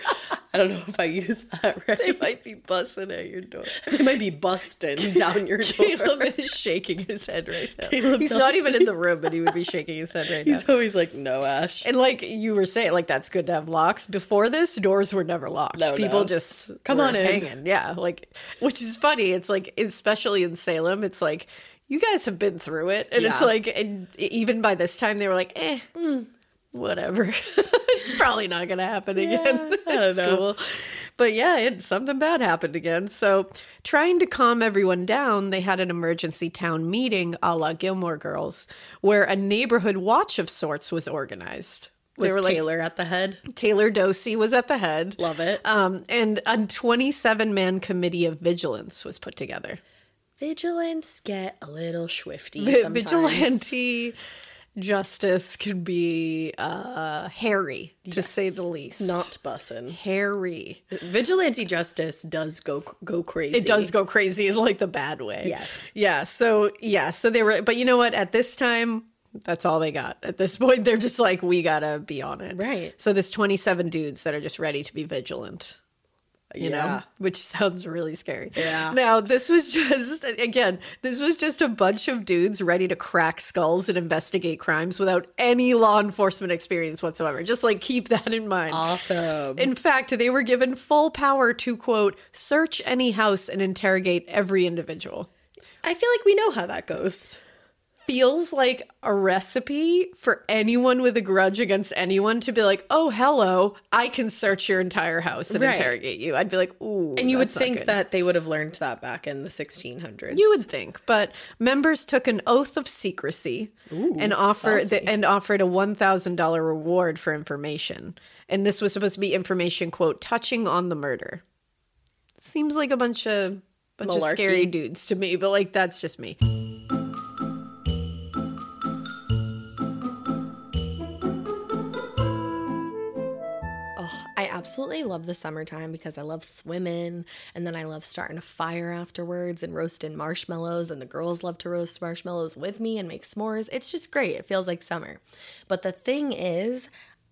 S3: I don't know if I use that right.
S2: they might be busting at your door.
S3: They might be busting down your door.
S2: Caleb is shaking his head right now.
S3: Caleb
S2: He's
S3: does.
S2: not even in the room, but he would be shaking his head right now.
S3: He's always like, no, Ash.
S2: and like you were saying, like that's good to have locks. Before this, doors were never locked.
S3: No,
S2: People
S3: no.
S2: just
S3: Come
S2: were
S3: on in.
S2: hanging. Yeah, like which is funny. It's like especially in Salem, it's like you guys have been through it, and it's
S3: Yeah.
S2: like and e-, even by this time they were like, eh, mm, whatever. it's probably not gonna happen again.
S3: I don't
S2: It's
S3: know.
S2: cool. But yeah, it, something bad happened again. So, trying to calm everyone down, they had an emergency town meeting a la Gilmore Girls, where a neighborhood watch of sorts was organized.
S3: Was
S2: they were
S3: Taylor at the head?
S2: like, Taylor Dosey was at the head.
S3: Love it.
S2: Um, and a 27 man committee of vigilance was put together.
S3: Vigilance get a little swifty.
S2: Vi-
S3: sometimes.
S2: Vigilante justice can be uh, hairy, to say the least.
S3: Not bussin.
S2: hairy.
S3: Vigilante justice does go go crazy.
S2: It does go crazy in like the bad way.
S3: Yes.
S2: Yeah. So yeah. So they were, but you know what? At this time, that's all they got. At this point, they're just like, we gotta be on it.
S3: Right.
S2: So there's 27 dudes that are just ready to be vigilant. You
S3: Yeah.
S2: know, which sounds really scary.
S3: Yeah.
S2: Now, this was just, again, this was just a bunch of dudes ready to crack skulls and investigate crimes without any law enforcement experience whatsoever. Just like keep that in mind.
S3: Awesome.
S2: In fact, they were given full power to quote, search any house and interrogate every individual.
S3: I feel like we know how that goes.
S2: Feels like a recipe for anyone with a grudge against anyone to be like, oh, hello, I can search your entire house and
S3: Right.
S2: interrogate you. I'd be like, ooh.
S3: And you would
S2: that's not
S3: think
S2: good.
S3: that they would have learned that back in the 1600s.
S2: You would think, but members took an oath of secrecy and offered the, and offered a one thousand dollar reward for information. And this was supposed to be information quote touching on the murder. Seems like a bunch of bunch of
S3: Malarkey.
S2: scary dudes to me, but like that's just me.
S3: Oh, I absolutely love the summertime because I love swimming and then I love starting a fire afterwards and roasting marshmallows. And the girls love to roast marshmallows with me and make s'mores. It's just great. It feels like summer. But the thing is,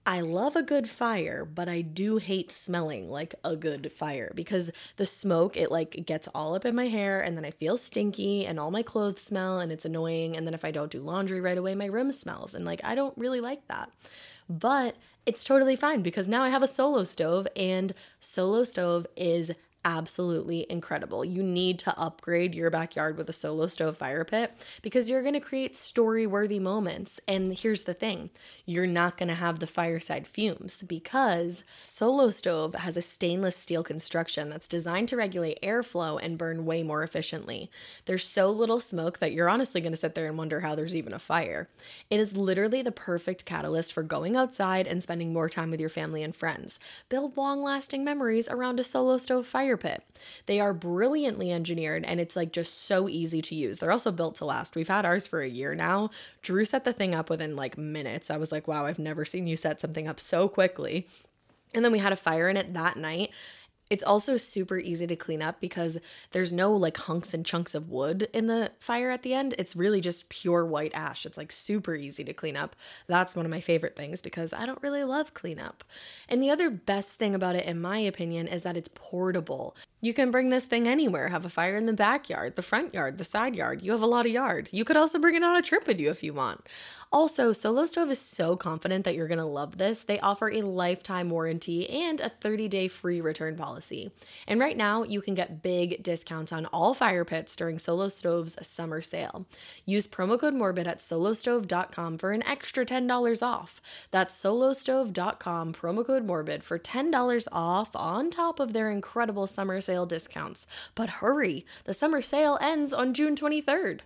S3: I love a good fire, but I do hate smelling like a good fire because the smoke, it like gets all up in my hair and then I feel stinky and all my clothes smell and it's annoying. And then if I don't do laundry right away, my room smells. And like, I don't really like that but it's totally fine because now I have a solo stove and solo stove is absolutely incredible. You need to upgrade your backyard with a solo stove fire pit because you're going to create story worthy moments. And here's the thing, you're not going to have the fireside fumes because solo stove has a stainless steel construction that's designed to regulate airflow and burn way more efficiently. There's so little smoke that you're honestly going to sit there and wonder how there's even a fire. It is literally the perfect catalyst for going outside and spending more time with your family and friends. Build long lasting memories around a solo stove fire fire pit. They are brilliantly engineered and it's like just so easy to use. They're also built to last. We've had ours for a year now. Drew set the thing up within like minutes. I was like, wow, I've never seen you set something up so quickly. And then we had a fire in it that night. It's also super easy to clean up because there's no like hunks and chunks of wood in the fire at the end. It's really just pure white ash. It's like super easy to clean up. That's one of my favorite things because I don't really love cleanup. And the other best thing about it, in my opinion, is that it's portable. You can bring this thing anywhere, have a fire in the backyard, the front yard, the side yard. You have a lot of yard. You could also bring it on a trip with you if you want. Also, Solo Stove is so confident that you're going to love this. They offer a lifetime warranty and a 30 day free return policy. And right now, you can get big discounts on all fire pits during Solo Stove's summer sale. Use promo code Morbid at solostove.com for an extra $10 off. That's solostove.com, promo code Morbid for $10 off on top of their incredible summer sale discounts. But hurry, the summer sale ends on June 23rd.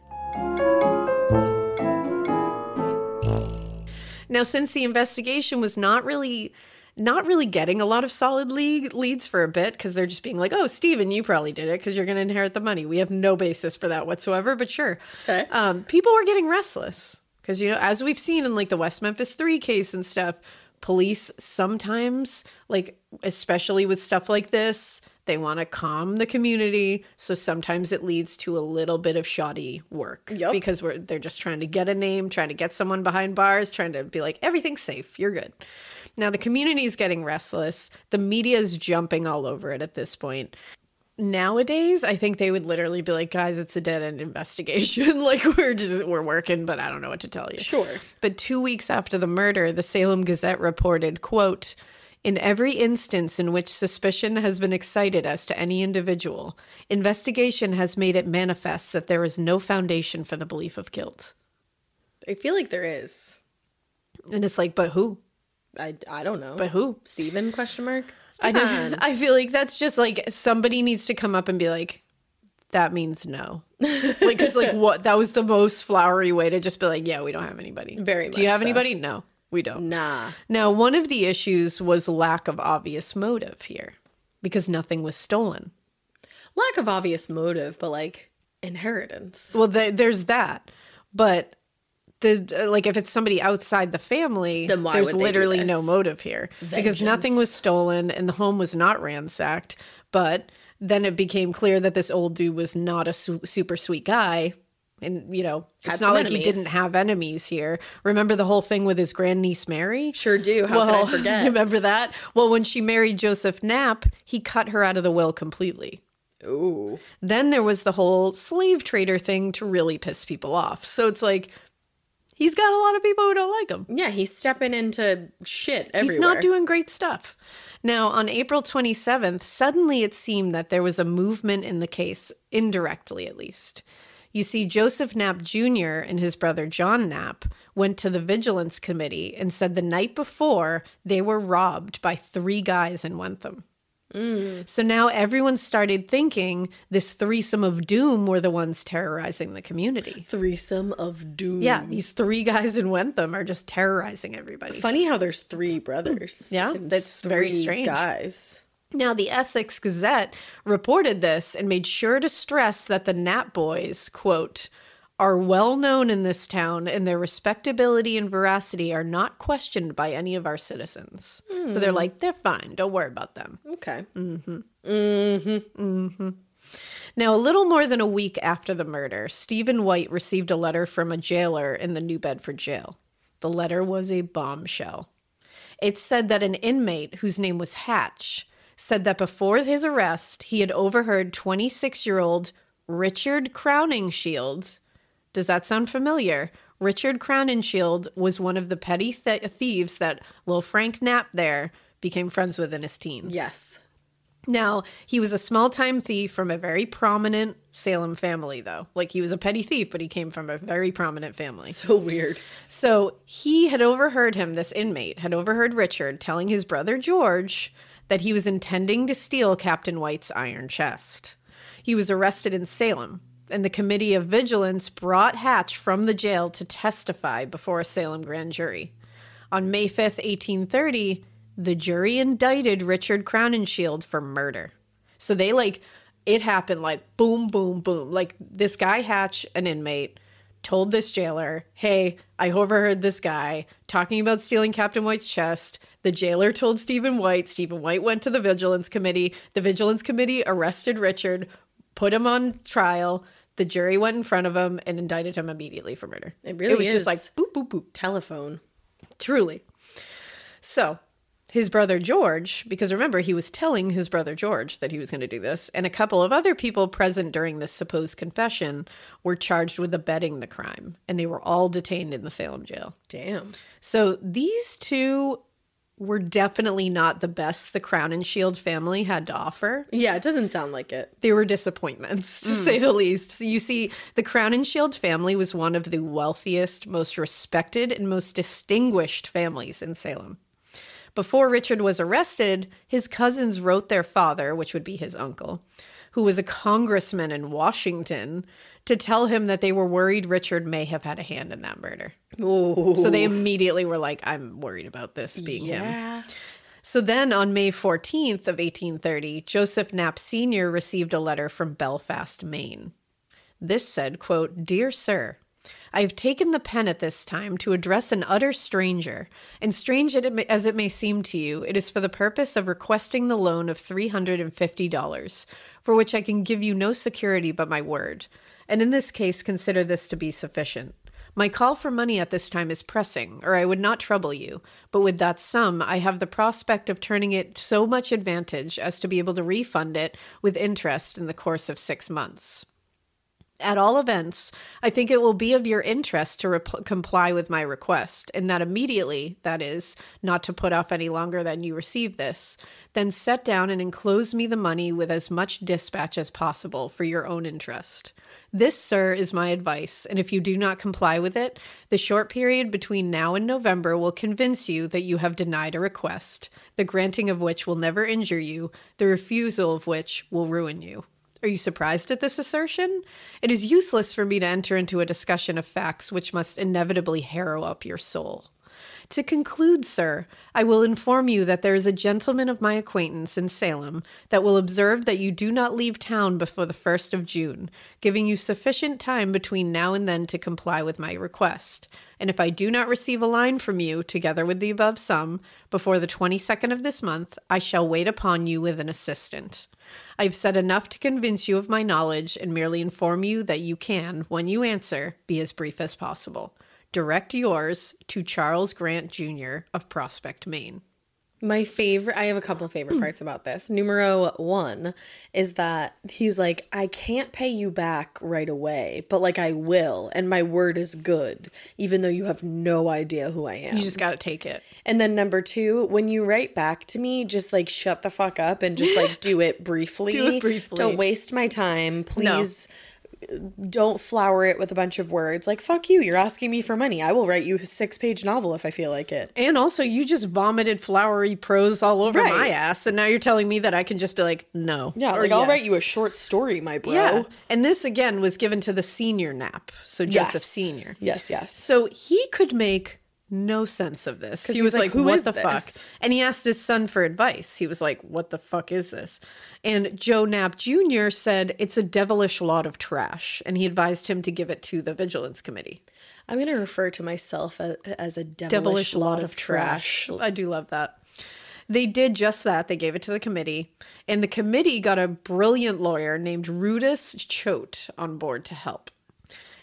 S2: Now, since the investigation was not really not really getting a lot of solid lead, leads for a bit because they're just being like, "Oh, Steven, you probably did it because you're going to inherit the money." We have no basis for that whatsoever, but sure.
S3: Okay.
S2: Um, people were getting restless because you know, as we've seen in like the West Memphis Three case and stuff, police sometimes, like especially with stuff like this, they want to calm the community. So sometimes it leads to a little bit of shoddy work
S3: Yep.
S2: because we're they're just trying to get a name, trying to get someone behind bars, trying to be like everything's safe, you're good. Now the community is getting restless. The media is jumping all over it at this point. Nowadays, I think they would literally be like, "Guys, it's a dead end investigation. like we're just we're working, but I don't know what to tell you."
S3: Sure.
S2: But two weeks after the murder, the Salem Gazette reported, quote, in every instance in which suspicion has been excited as to any individual, investigation has made it manifest that there is no foundation for the belief of guilt.
S3: I feel like there is.
S2: And it's like, but who?
S3: I, I don't know.
S2: But who?
S3: Steven question mark?
S2: I don't, I feel like that's just like somebody needs to come up and be like, that means no. like, it's like what? That was the most flowery way to just be like, yeah, we don't have anybody.
S3: Very
S2: Do you
S3: much
S2: have
S3: so.
S2: anybody? No, we don't.
S3: Nah.
S2: Now, one of the issues was lack of obvious motive here because nothing was stolen.
S3: Lack of obvious motive, but like inheritance.
S2: Well, th- there's that, but the uh, like if it's somebody outside the family,
S3: Then why
S2: there's
S3: would they do
S2: literally no
S3: this?
S2: motive here because nothing
S3: Vengeance.
S2: was stolen and the home was not ransacked. But then it became clear that this old dude was not a su- super sweet guy. And you know,
S3: Had
S2: it's not
S3: some
S2: like he
S3: enemies.
S2: didn't have enemies here. Remember the whole thing with his grandniece Mary?
S3: Sure do. How
S2: well,
S3: could I forget?
S2: remember that? Well, when she married Joseph Knapp, he cut her out of the will completely.
S3: Ooh.
S2: Then there was the whole slave trader thing to really piss people off. So it's like he's got a lot of people who don't like him.
S3: Yeah, he's stepping into shit everywhere.
S2: He's not doing great stuff. Now, on April 27th, suddenly it seemed that there was a movement in the case, indirectly at least. You see, Joseph Knapp Jr. and his brother John Knapp went to the Vigilance Committee and said the night before they were robbed by three guys in Wentham. So now everyone started thinking this threesome of doom were the ones terrorizing the community.
S3: threesome of doom.
S2: Yeah, these three guys in Wentham are just terrorizing everybody.
S3: Funny how there's three brothers.
S2: Mm, Yeah,
S3: and
S2: that's very
S3: three
S2: strange.
S3: Guys.
S2: Now, the Essex Gazette reported this and made sure to stress that the Nat Boys, quote, are well known in this town and their respectability and veracity are not questioned by any of our citizens. So they're like, they're fine. Don't worry about them.
S3: Okay.
S2: Mm. Now, a little more than a week after the murder, Stephen White received a letter from a jailer in the New Bedford jail. The letter was a bombshell. It said that an inmate whose name was Hatch said that before his arrest, he had overheard 26 year old Richard Crowning Shield. Does that sound familiar? Richard Crowning Shield was one of the petty th- thieves that Lil Frank Knapp there became friends with in his teens.
S3: Yes.
S2: Now, he was a small time thief from a very prominent Salem family, though. Like, he was a petty thief, but he came from a very prominent family.
S3: So weird.
S2: So, he had overheard him, this inmate had overheard Richard telling his brother George that he was intending to steal Captain White's iron chest. He was arrested in Salem, and the Committee of Vigilance brought Hatch from the jail to testify before a Salem grand jury. On May 5th, 1830, the jury indicted Richard Crowninshield for murder. So they like it happened like boom, boom, boom. Like this guy Hatch, an inmate, told this jailer, "Hey, I overheard this guy talking about stealing Captain White's chest." The jailer told Stephen White. Stephen White went to the vigilance committee. The vigilance committee arrested Richard, put him on trial. The jury went in front of him and indicted him immediately for murder.
S3: It really
S2: it was
S3: is.
S2: just like boop, boop, boop.
S3: Telephone.
S2: Truly. So, his brother George, because remember, he was telling his brother George that he was going to do this, and a couple of other people present during this supposed confession were charged with abetting the crime, and they were all detained in the Salem jail.
S3: Damn.
S2: So, these two were definitely not the best the Crown and Shield family had to offer
S3: Yeah, it doesn't sound like it.
S2: they were disappointments to say the least. So you see, the Crown and Shield family was one of the wealthiest, most respected, and most distinguished families in Salem. Before Richard was arrested, his cousins wrote their father, which would be his uncle, who was a congressman in Washington, to tell him that they were worried Richard may have had a hand in that murder. So they immediately were like, I'm worried about this being him. So then on May 14th of 1830, Joseph Knapp Sr. received a letter from Belfast, Maine. This said, quote, Dear Sir, I have taken the pen at this time to address an utter stranger, and strange it may- as it may seem to you, it is for the purpose of requesting the loan of $350, for which I can give you no security but my word, and in this case consider this to be sufficient. My call for money at this time is pressing, or I would not trouble you. But with that sum, I have the prospect of turning it so much advantage as to be able to refund it with interest in the course of six months. At all events, I think it will be of your interest to repl comply with my request, and that immediately, that is, not to put off any longer than you receive this. Then set down and enclose me the money with as much dispatch as possible for your own interest. This, sir, is my advice, and if you do not comply with it, the short period between now and November will convince you that you have denied a request, the granting of which will never injure you, the refusal of which will ruin you. Are you surprised at this assertion? It is useless for me to enter into a discussion of facts which must inevitably harrow up your soul. To conclude, sir, I will inform you that there is a gentleman of my acquaintance in Salem that will observe that you do not leave town before the 1st of June, giving you sufficient time between now and then to comply with my request. And if I do not receive a line from you, together with the above sum, before the 22nd of this month, I shall wait upon you with an assistant. I have said enough to convince you of my knowledge and merely inform you that you can, when you answer, be as brief as possible. Direct yours to Charles Grant Jr. of Prospect, Maine.
S3: My favorite, I have a couple of
S2: Hmm.
S3: favorite parts about this. Numero one is that he's like, I can't pay you back right away, but like I will, and my word is good, even though you have no idea who I am.
S2: You just got to take it.
S3: and then number two, when you write back to me, just like shut the fuck up and just like do it briefly.
S2: Do it briefly.
S3: Don't waste my time. Please uh, don't flower it with a bunch of words. Like, fuck you, you're asking me for money. I will write you a six page novel if I feel like it.
S2: And also, you just vomited flowery prose all over
S3: Right.
S2: my ass, and now you're telling me that I can just be like, no.
S3: Yeah,
S2: or
S3: like I'll write
S2: yes.
S3: you a short story, my bro.
S2: Yeah. And this again was given to the senior nap, so Joseph
S3: Yes.
S2: Senior.
S3: Yes, yes.
S2: So he could make no sense of this. He
S3: he's
S2: was
S3: like,
S2: like,
S3: "Who
S2: what
S3: is
S2: the fuck?
S3: this?"
S2: And he asked his son for advice. He was like, what the fuck is this? And Joe Knapp Jr. said, it's a devilish lot of trash. And he advised him to give it to the Vigilance Committee.
S3: I'm going to refer to myself as, as a devilish,
S2: Devilish, lot, of trash. I do love that. They did just that. They gave it to the committee. And the committee got a brilliant lawyer named Rudis Choate on board to help.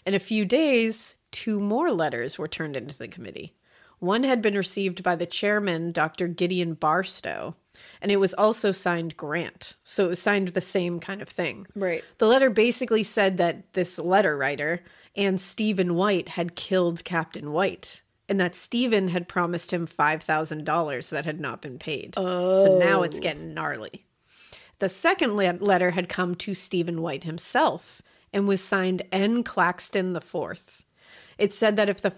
S2: In a few days, two more letters were turned into the committee. One had been received by the chairman, Dr. Gideon Barstow, and it was also signed Grant. So it was signed the same kind of thing.
S3: Right.
S2: The letter basically said that this letter writer and Stephen White had killed Captain White. And that Stephen had promised him $5,000 that had not been paid. Oh. So now it's getting gnarly. The second le- letter had come to Stephen White himself and was signed N. Claxton IV. It said that if the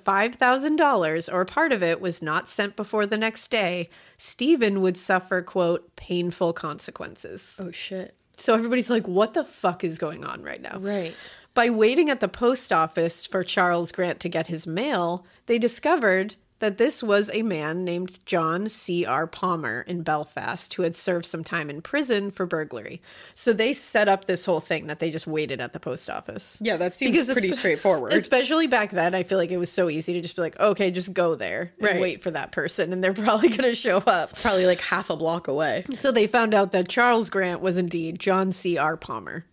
S2: $5,000 or part of it was not sent before the next day, Stephen would suffer, quote, painful consequences.
S3: Oh, shit.
S2: So everybody's like, what the fuck is going on right now?
S3: Right.
S2: By waiting at the post office for Charles Grant to get his mail, they discovered that this was a man named John C.R. Palmer in Belfast who had served some time in prison for burglary. So they set up this whole thing that they just waited at the post office.
S3: Yeah, that seems pretty
S2: espe-
S3: straightforward.
S2: Especially back then, I feel like it was so easy to just be like, okay, just go there and
S3: Right.
S2: wait for that person, and they're probably going to show up.
S3: Probably like half a block away.
S2: So they found out that Charles Grant was indeed John C.R. Palmer.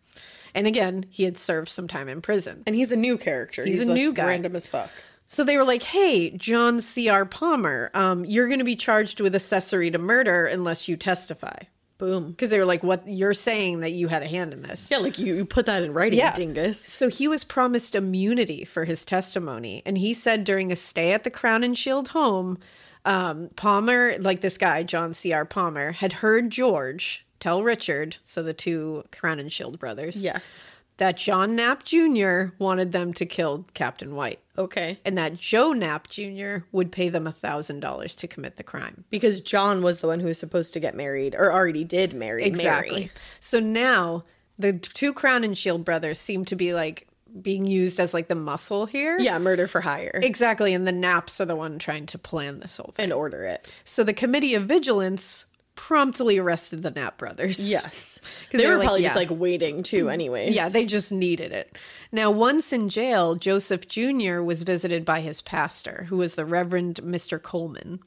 S2: And again, he had served some time in prison.
S3: And he's a new character.
S2: He's a
S3: just
S2: new guy.
S3: Random as fuck.
S2: So they were like, hey, John C.R. Palmer, um, you're going to be charged with accessory to murder unless you testify.
S3: Boom.
S2: Because they were like, what? You're saying that you had a hand in this.
S3: Yeah, like you, you put that in writing,
S2: Yeah.
S3: dingus.
S2: So he was promised immunity for his testimony. And he said during a stay at the Crown and Shield home, um, Palmer, like this guy, John C.R. Palmer, had heard George tell Richard, so the two Crown and Shield brothers,
S3: Yes.
S2: that John Knapp Jr. wanted them to kill Captain White.
S3: Okay.
S2: And that Joe Knapp Jr. would pay them $1,000 to commit the crime.
S3: Because John was the one who was supposed to get married or already did marry. Mary.
S2: So now the two Crown and Shield brothers seem to be like being used as like the muscle here.
S3: Yeah, murder for hire.
S2: Exactly, and the Naps are the one trying to plan this whole thing.
S3: and order it.
S2: So the Committee of Vigilance promptly arrested the Knapp brothers.
S3: Yes.
S2: 'Cause
S3: They,
S2: they
S3: were
S2: were like,
S3: probably just
S2: yeah.
S3: like waiting too, anyways.
S2: Yeah, they just needed it. Now, once in jail, Joseph Jr. was visited by his pastor, who was the Reverend Mr. Coleman.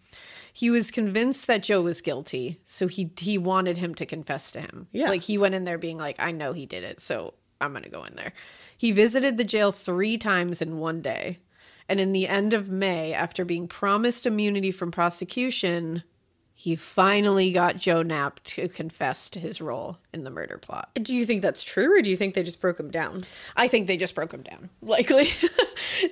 S2: He was convinced that Joe was guilty, so he he wanted him to confess to him.
S3: Yeah.
S2: Like he went in there being like, I know he did it, so I'm gonna go in there. He visited the jail three times in one day. And in the end of May, after being promised immunity from prosecution, he finally got Joe Knapp to confess to his role in the murder plot.
S3: Do you think that's true or do you think they just broke him down?
S2: I think they just broke him down, likely,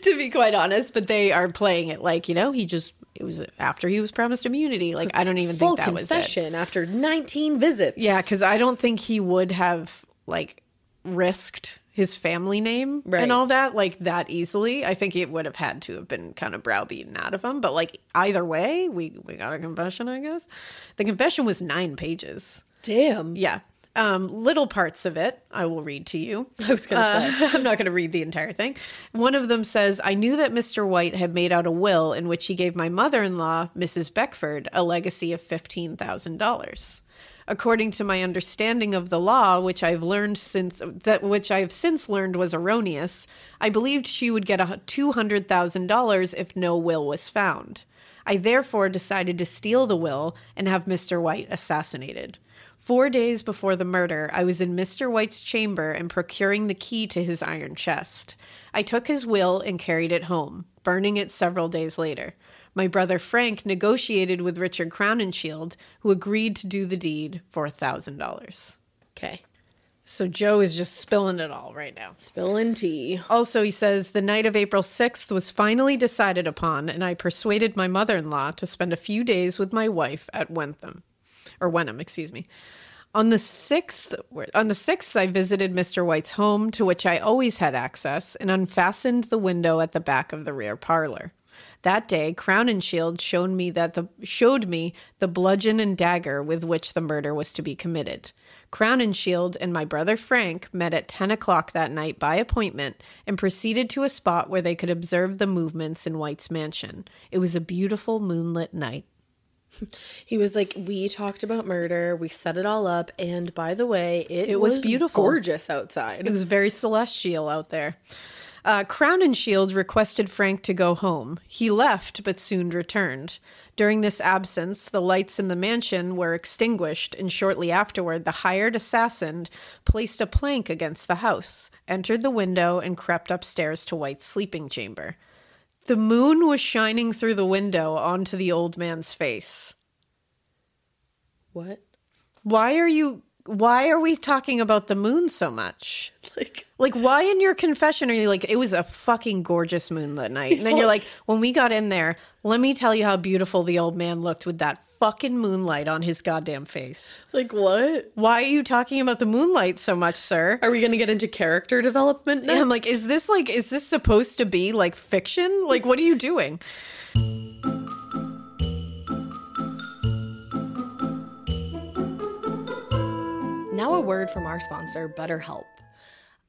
S2: to be quite honest. But they are playing it like, you know, he just, it was after he was promised immunity. Like, I don't even
S3: Full
S2: think that was it.
S3: confession after 19 visits.
S2: Yeah, because I don't think he would have, like, risked his family name
S3: Right.
S2: and all that, like, that easily. I think it would have had to have been kind of browbeaten out of him. But, like, either way, we, we got a confession, I guess. The confession was nine pages.
S3: Damn.
S2: Yeah. Um, little parts of it I will read to you.
S3: I was going to say.
S2: Uh, I'm not going to read the entire thing. One of them says, I knew that Mr. White had made out a will in which he gave my mother in law, Mrs. Beckford, a legacy of $15,000. According to my understanding of the law, which I've learned since that which I've since learned was erroneous, I believed she would get a two hundred thousand dollars if no will was found. I therefore decided to steal the will and have Mr. White assassinated. Four days before the murder, I was in Mr. White's chamber and procuring the key to his iron chest. I took his will and carried it home, burning it several days later. My brother Frank negotiated with Richard Crowninshield, who agreed to do the deed for a $1,000.
S3: Okay.
S2: So Joe is just spilling it all right now.
S3: Spilling tea.
S2: Also, he says the night of April 6th was finally decided upon, and I persuaded my mother in law to spend a few days with my wife at Wentham, or Wenham, excuse me. On the sixth, on the sixth, I visited Mr. White's home, to which I always had access, and unfastened the window at the back of the rear parlor. That day, Crown and Shield E showed me that the showed me the bludgeon and dagger with which the murder was to be committed. Crown and Shield E and my brother Frank met at ten o'clock that night by appointment and proceeded to a spot where they could observe the movements in White's mansion. It was a beautiful moonlit night.
S3: He was like, We talked about murder. We set it all up. And by the way, it,
S2: It was beautiful.
S3: gorgeous
S2: It
S3: outside.
S2: was very celestial out there. Uh, Crown and Shield requested Frank to go home. He left, but soon returned. During this absence, the lights in the mansion were extinguished, and shortly afterward, the hired assassin placed a plank against the house, entered the window, and crept upstairs to White's sleeping chamber. The moon was shining through the window onto the old man's face.
S3: What?
S2: Why are you. Why are we talking about the moon so much?
S3: Like,
S2: Like, why in your confession are you like, it was a fucking gorgeous moonlit night? And then you're like, when we got in there, let me tell you how beautiful the old man looked with that fucking moonlight on his goddamn face.
S3: like what?
S2: Why are you talking about the moonlight so much, sir?
S3: Are we going to get into character development next?
S2: And I'm like, is this like, is this supposed to be like fiction? Like, what are you doing?
S3: Now, a word from our sponsor, BetterHelp.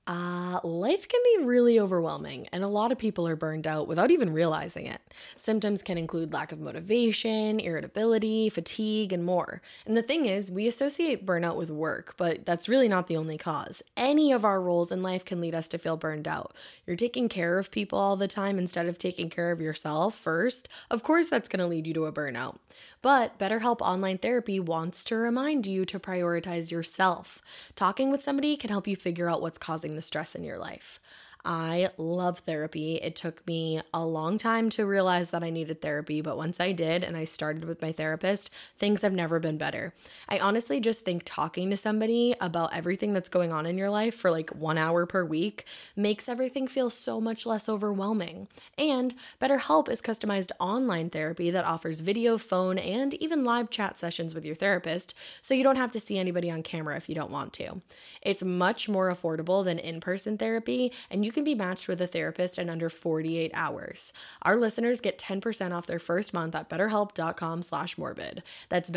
S3: Uh, life can be really overwhelming, and a lot of people are burned out without even realizing it. Symptoms can include lack of motivation, irritability, fatigue, and more. And the thing is, we associate burnout with work, but that's really not the only cause. Any of our roles in life can lead us to feel burned out. You're taking care of people all the time instead of taking care of yourself first. Of course, that's going to lead you to a burnout. But BetterHelp Online Therapy wants to remind you to prioritize yourself. Talking with somebody can help you figure out what's causing the stress in your life. I love therapy. It took me a long time to realize that I needed therapy, but once I did and I started with my therapist, things have never been better. I honestly just think talking to somebody about everything that's going on in your life for like one hour per week makes everything feel so much less overwhelming. And BetterHelp is customized online therapy that offers video, phone, and even live chat sessions with your therapist, so you don't have to see anybody on camera if you don't want to. It's much more affordable than in person therapy, and you can be matched with a therapist in under 48 hours. Our listeners get 10% off their first month at betterhelp.com slash morbid. That's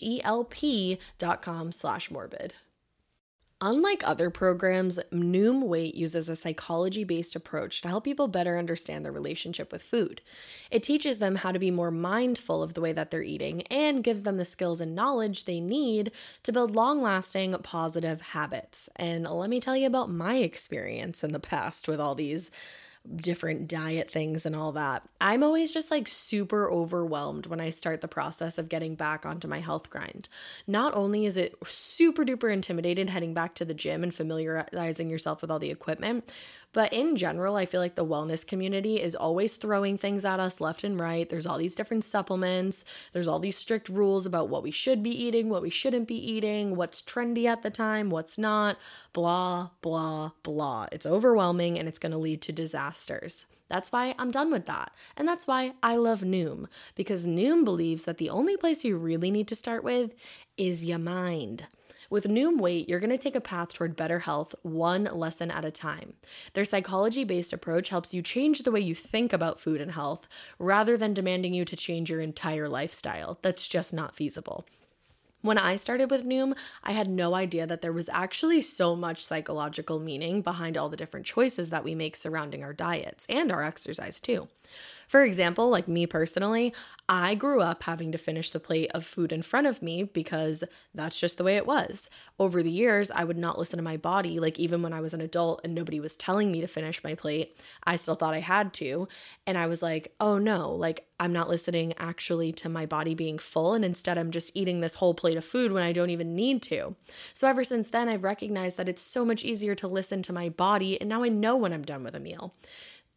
S3: E betterhelp.com slash morbid. Unlike other programs, Noom Weight uses a psychology based approach to help people better understand their relationship with food. It teaches them how to be more mindful of the way that they're eating and gives them the skills and knowledge they need to build long lasting positive habits. And let me tell you about my experience in the past with all these different diet things and all that. I'm always just like super overwhelmed when I start the process of getting back onto my health grind. Not only is it super duper intimidated heading back to the gym and familiarizing yourself with all the equipment, but in general, I feel like the wellness community is always throwing things at us left and right. There's all these different supplements, there's all these strict rules about what we should be eating, what we shouldn't be eating, what's trendy at the time, what's not, blah, blah, blah. It's overwhelming and it's going to lead to disasters. That's why I'm done with that. And that's why I love Noom, because Noom believes that the only place you really need to start with is your mind. With Noom Weight, you're going to take a path toward better health one lesson at a time. Their psychology based approach helps you change the way you think about food and health rather than demanding you to change your entire lifestyle. That's just not feasible. When I started with Noom, I had no idea that there was actually so much psychological meaning behind all the different choices that we make surrounding our diets and our exercise, too. For example, like me personally, I grew up having to finish the plate of food in front of me because that's just the way it was. Over the years, I would not listen to my body. Like, even when I was an adult and nobody was telling me to finish my plate, I still thought I had to. And I was like, oh no, like, I'm not listening actually to my body being full. And instead, I'm just eating this whole plate of food when I don't even need to. So, ever since then, I've recognized that it's so much easier to listen to my body. And now I know when I'm done with a meal.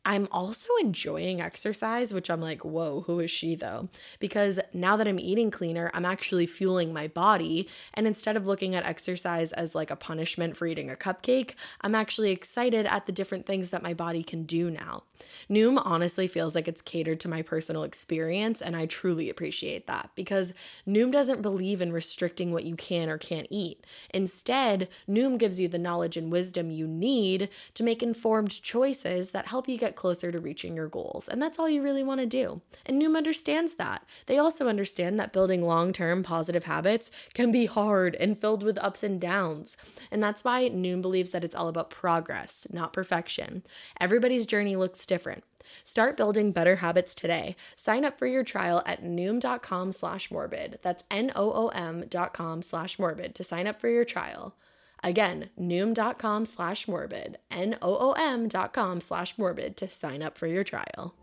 S3: I'm also enjoying exercise, which I'm like, whoa, who is she though? Because now that I'm eating cleaner, I'm actually fueling my body. And instead of looking at exercise as like a punishment for eating a cupcake, I'm actually excited at the different things that my body can do now. Noom honestly feels like it's catered to my personal experience, and I truly appreciate that because Noom doesn't believe in restricting what you can or can't eat. Instead, Noom gives you the knowledge and wisdom you need to make informed choices that help you get closer to reaching your goals. And that's all you really want to do. And Noom understands that. They also understand that building long term positive habits can be hard and filled with ups and downs. And that's why Noom believes that it's all about progress, not perfection. Everybody's journey looks different. Start building better habits today. Sign up for your trial at noom.com slash morbid. That's N-O-O-M dot com slash morbid to sign up for your trial. Again, noom.com slash morbid, N O O M dot com slash morbid to sign up for your trial.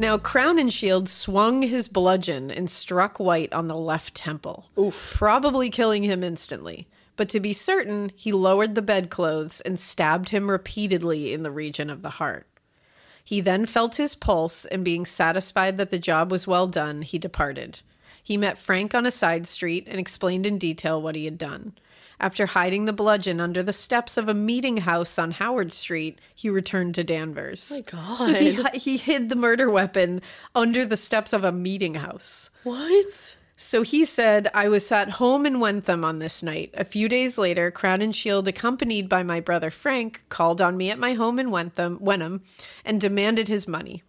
S2: Now, Crown and Shield swung his bludgeon and struck White on the left temple, Oof. probably killing him instantly. But to be certain, he lowered the bedclothes and stabbed him repeatedly in the region of the heart. He then felt his pulse, and being satisfied that the job was well done, he departed. He met Frank on a side street and explained in detail what he had done. After hiding the bludgeon under the steps of a meeting house on Howard Street, he returned to Danvers.
S3: my God.
S2: So he, hi- he hid the murder weapon under the steps of a meeting house.
S3: What?
S2: So he said, I was at home in Wentham on this night. A few days later, Crown and Shield, accompanied by my brother Frank, called on me at my home in Wentham, Wenham and demanded his money.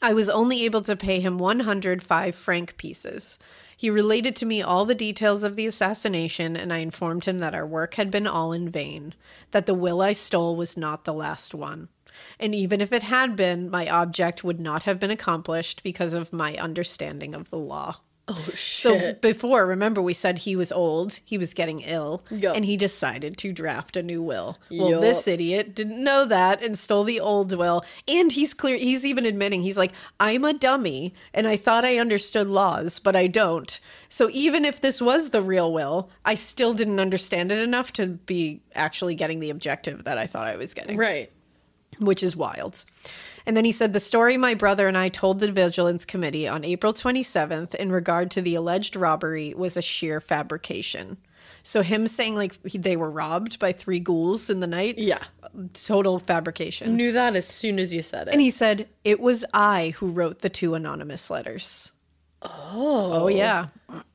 S2: I was only able to pay him 105 franc pieces. He related to me all the details of the assassination, and I informed him that our work had been all in vain, that the will I stole was not the last one. And even if it had been, my object would not have been accomplished because of my understanding of the law.
S3: Oh
S2: So before, remember we said he was old, he was getting ill,
S3: Yup.
S2: and he decided to draft a new will. Well,
S3: Yup.
S2: this idiot didn't know that and stole the old will. And he's clear he's even admitting he's like, "I'm a dummy and I thought I understood laws, but I don't." So even if this was the real will, I still didn't understand it enough to be actually getting the objective that I thought I was getting
S3: right.
S2: which is wild. And then he said the story my brother and I told the Vigilance Committee on April 27th in regard to the alleged robbery was a sheer fabrication. So him saying like he- they were robbed by three ghouls in the night,
S3: Yeah.
S2: total fabrication.
S3: Knew that as soon as you said it.
S2: And he said it was I who wrote the two anonymous letters. Oh, oh yeah.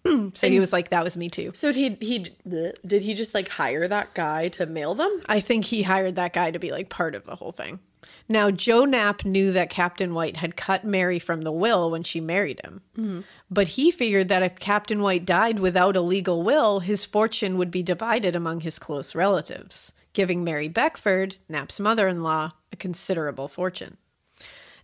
S2: so he was like, that was me too.
S3: so he he did he just like hire that guy to mail them?
S2: I think he hired that guy to be like part of the whole thing. Now, Joe Knapp knew that Captain White had cut Mary from the will when she married him. But he figured that if Captain White died without a legal will, his fortune would be divided among his close relatives, giving Mary Beckford, Knapp's mother in law, a considerable fortune.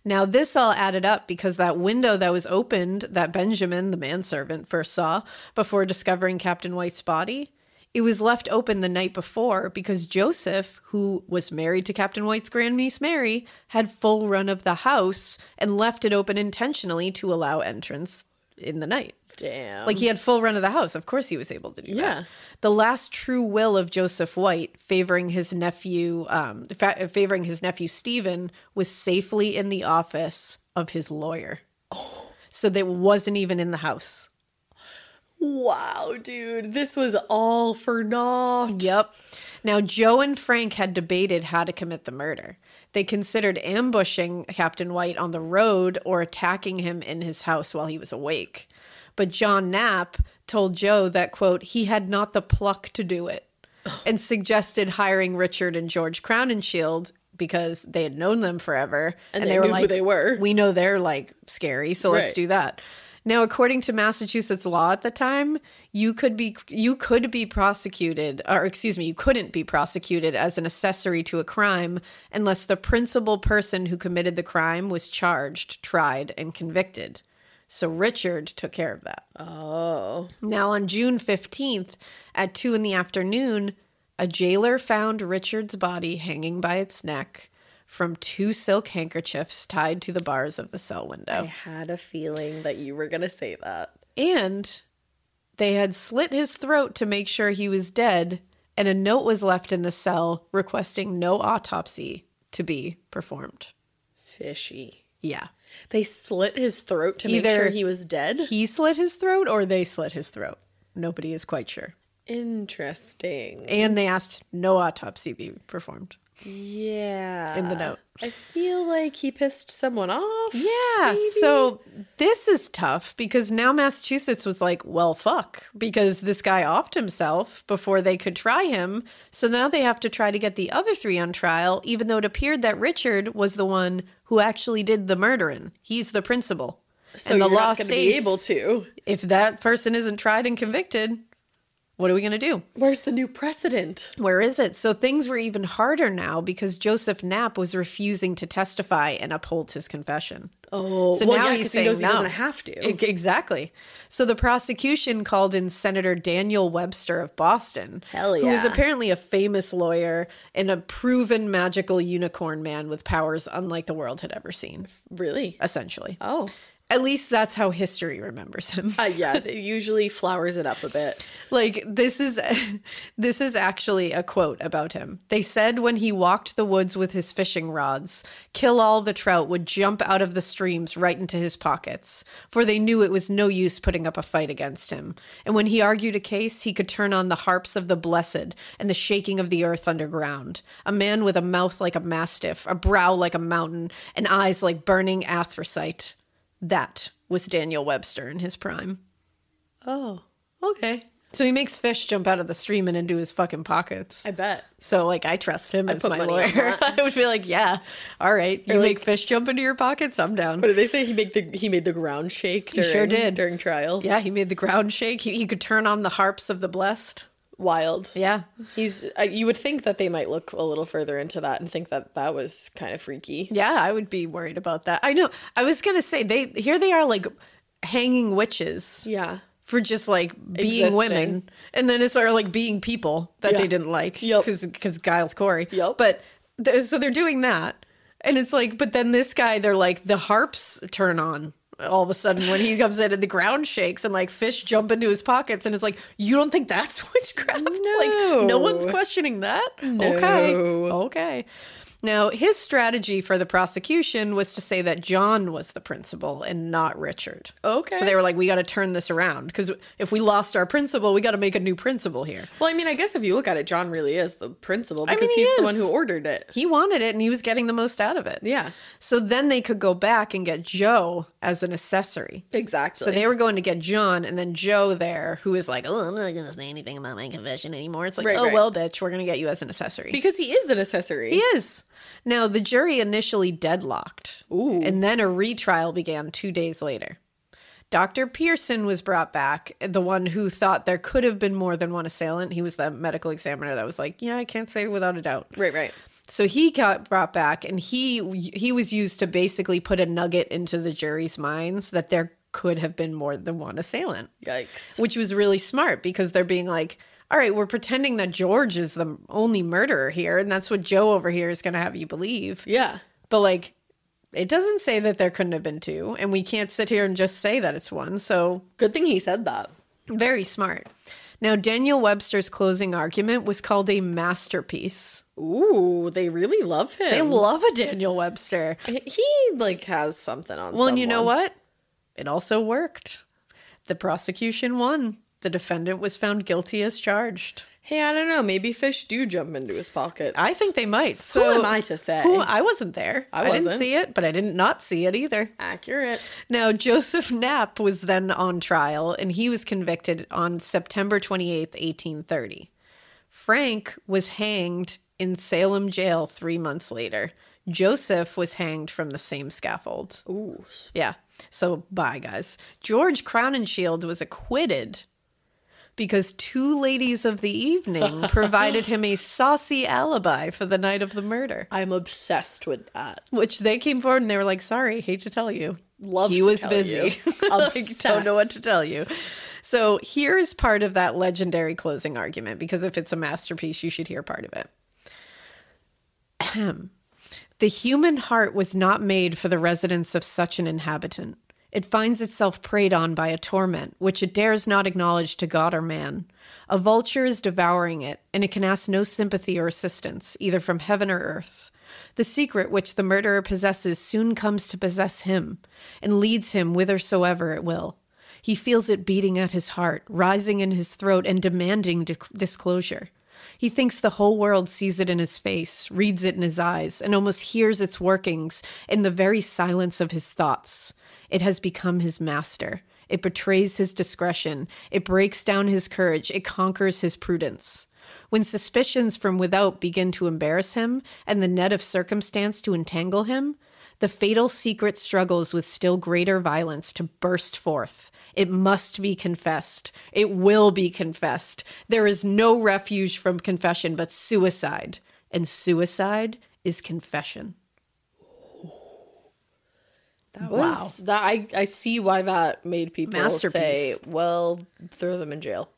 S2: Now, this all added up because that window that was opened that Benjamin, the manservant, first saw before discovering Captain White's body, it was left open the night before because Joseph, who was married to Captain White's grandniece Mary, had full run of the house and left it open intentionally to allow entrance in the night.
S3: Damn.
S2: Like he had full run of the house. Of course he was able to do
S3: Yeah.
S2: that. The last true will of Joseph White favoring his nephew um fa- favoring his nephew Stephen was safely in the office of his lawyer.
S3: Oh.
S2: So that wasn't even in the house.
S3: wow, dude, this was all for naught.
S2: Yep. Now, Joe and Frank had debated how to commit the murder. They considered ambushing Captain White on the road or attacking him in his house while he was awake. But John Knapp told Joe that, quote, he had not the pluck to do it and suggested hiring Richard and George Crowninshield because they had known them forever.
S3: And they knew who they were.
S2: We know they're like scary, so let's
S3: Right.
S2: do that. Now, according to Massachusetts law at the time, you could be you could be prosecuted, or excuse me, you couldn't be prosecuted as an accessory to a crime unless the principal person who committed the crime was charged, tried, and convicted. So Richard took care of that. Now, on June 15th at 2 in the afternoon, a jailer found Richard's body hanging by its neck from two silk handkerchiefs tied to the bars of the cell
S3: I
S2: window.
S3: had a feeling that you were gonna say that.
S2: And they had slit his throat to make sure he was dead, and a note was left in the cell requesting no autopsy to be performed.
S3: Fishy.
S2: Yeah.
S3: They slit his throat to make
S2: Either-
S3: sure he was dead.
S2: He slit his throat or they slit his throat. Nobody is quite sure.
S3: Interesting.
S2: And they asked no autopsy be performed.
S3: Yeah.
S2: In the note.
S3: I feel like he pissed someone off.
S2: Yeah. So this is tough because now Massachusetts was like, well, fuck, because this guy offed himself before they could try him. So now they have to try to get the other three on trial, even though it appeared that Richard was the one who actually did the murdering. He's the principal.
S3: So
S2: and the
S3: you're
S2: law
S3: not going to be
S2: states,
S3: able to.
S2: If that person isn't tried and convicted, what are we going to do?
S3: Where's the new precedent?
S2: Where is it? So things were even harder now because Joseph Knapp was refusing to testify and uphold his confession.
S3: Oh,
S2: So now he's
S3: he
S2: saying
S3: knows
S2: no.
S3: he doesn't have to.
S2: E- Exactly. So the prosecution called in Senator Daniel Webster of Boston,
S3: Hell
S2: who was
S3: yeah.
S2: apparently a famous lawyer and a proven magical unicorn man with powers unlike the world had ever seen.
S3: really?
S2: Essentially,
S3: Oh.
S2: at least that's how history remembers him.
S3: Uh, yeah, it usually flowers it up a bit.
S2: like this is this is actually a quote about him they said when he walked the woods with his fishing rods kill all the trout would jump out of the streams right into his pockets for they knew it was no use putting up a fight against him and when he argued a case he could turn on the harps of the blessed and the shaking of the earth underground a man with a mouth like a mastiff a brow like a mountain and eyes like burning anthracite that was daniel webster in his prime
S3: Oh, okay.
S2: So he makes fish jump out of the stream and into his fucking pockets.
S3: I bet.
S2: So like I trust him as
S3: put
S2: my
S3: money on
S2: lawyer.
S3: that.
S2: I would be like, yeah, all right, you make fish jump into your pockets, I'm down.
S3: What did they say? He make the he made the ground shake.
S2: He
S3: During,
S2: sure did.
S3: during trials.
S2: Yeah, he made the ground shake. He, he could turn on the harps of the blessed.
S3: wild.
S2: Yeah,
S3: He's. Uh, you would think that they might look a little further into that and think that that was kind of freaky.
S2: yeah, I would be worried about that. I know. I was gonna say they here they are like hanging witches
S3: Yeah.
S2: for just like being
S3: Existing.
S2: women, and then it's or like being people that
S3: Yeah.
S2: they didn't like.
S3: Yup.
S2: because Giles Corey.
S3: Yup.
S2: But th- so they're doing that, and it's like, but then this guy, they're like the harps turn on. All of a sudden, when he comes in and the ground shakes and like fish jump into his pockets, and it's like, you don't think that's witchcraft? Like, no one's
S3: No.
S2: questioning that. Okay.
S3: No.
S2: Okay. Now, his strategy for the prosecution was to say that John was the principal and not Richard.
S3: Okay.
S2: So they were like, we got to turn this around because if we lost our principal, we got to make a new principal here.
S3: Well, I mean, I guess if you look at it, John really is the principal because
S2: mean, he
S3: he's the
S2: is.
S3: one who ordered it.
S2: He wanted it and he was getting the most out of it.
S3: Yeah.
S2: So then they could go back and get Joe as an accessory.
S3: Exactly.
S2: So they were going to get John and then Joe there, who is like, oh, I'm not going to say anything about my confession anymore. It's like,
S3: Right,
S2: oh,
S3: right.
S2: well, bitch, we're going to get you as an accessory.
S3: because he is an accessory.
S2: He is. Now, the jury initially deadlocked.
S3: Ooh.
S2: And then a retrial began two days later. Dr. Pearson was brought back, the one who thought there could have been more than one assailant. He was the medical examiner that was like, yeah, I can't say without a doubt.
S3: Right. Right.
S2: So he got brought back, and he he was used to basically put a nugget into the jury's minds that there could have been more than one assailant
S3: Yikes.
S2: which was really smart because they're being like, all right, we're pretending that George is the only murderer here, and that's what Joe over here is going to have you believe.
S3: Yeah.
S2: But like, it doesn't say that there couldn't have been two, and we can't sit here and just say that it's one. So
S3: Good thing he said that.
S2: very smart. Now, Daniel Webster's closing argument was called a masterpiece.
S3: Ooh, they really love him.
S2: They love a Daniel Webster.
S3: He like has something on.
S2: Well, and you know
S3: someone.
S2: what? It also worked. The prosecution won. The defendant was found guilty as charged.
S3: Hey, I don't know. Maybe fish do jump into his pockets.
S2: I think they might.
S3: Who
S2: So
S3: am I to say?
S2: Who, I wasn't there.
S3: I
S2: I didn't
S3: wasn't.
S2: see it, but I didn't not see it either.
S3: Accurate.
S2: Now, Joseph Knapp was then on trial, and he was convicted on September 28th, 1830. Frank was hanged in Salem jail three months later. Joseph was hanged from the same scaffold.
S3: Ooh.
S2: Yeah. So, bye, guys. George Crowninshield was acquitted because two ladies of the evening provided him a saucy alibi for the night of the murder
S3: I'm obsessed with that.
S2: which they came forward and they were like, "Sorry, hate to tell you,
S3: Love
S2: he
S3: to
S2: was
S3: tell
S2: busy.
S3: you.
S2: like, don't know what to
S3: Obsessed.
S2: tell you." So here is part of that legendary closing argument because if it's a masterpiece, you should hear part of it. Ahem. The human heart was not made for the residence of such an inhabitant. It finds itself preyed on by a torment which it dares not acknowledge to God or man. A vulture is devouring it, and it can ask no sympathy or assistance, either from heaven or earth. The secret which the murderer possesses soon comes to possess him, and leads him whithersoever it will. He feels it beating at his heart, rising in his throat, and demanding dic- disclosure. He thinks the whole world sees it in his face, reads it in his eyes, and almost hears its workings in the very silence of his thoughts. It has become his master. It betrays his discretion. It breaks down his courage. It conquers his prudence. When suspicions from without begin to embarrass him and the net of circumstance to entangle him, the fatal secret struggles with still greater violence to burst forth. It must be confessed. It will be confessed. There is no refuge from confession but suicide, and suicide is confession.
S3: That was that I, I see why that made people say,
S2: Masterpiece.
S3: well, throw them in jail.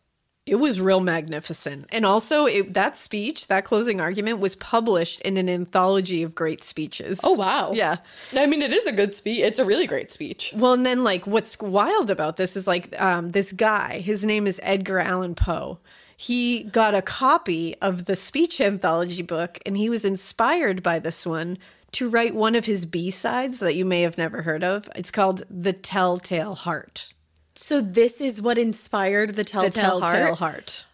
S2: It was real magnificent. And also, it, that speech, that closing argument, was published in an anthology of great speeches.
S3: wow.
S2: Yeah.
S3: I mean it is a good speech. It's a really great speech.
S2: Well, and then like what's wild about this is like um, this guy, his name is Edgar Allan Poe. He got a copy of the speech anthology book and he was inspired by this one to write one of his B sides that you may have never heard of. It's called The Telltale Heart.
S3: So this is what inspired the
S2: The
S3: Telltale,
S2: Telltale
S3: Heart.
S2: Heart.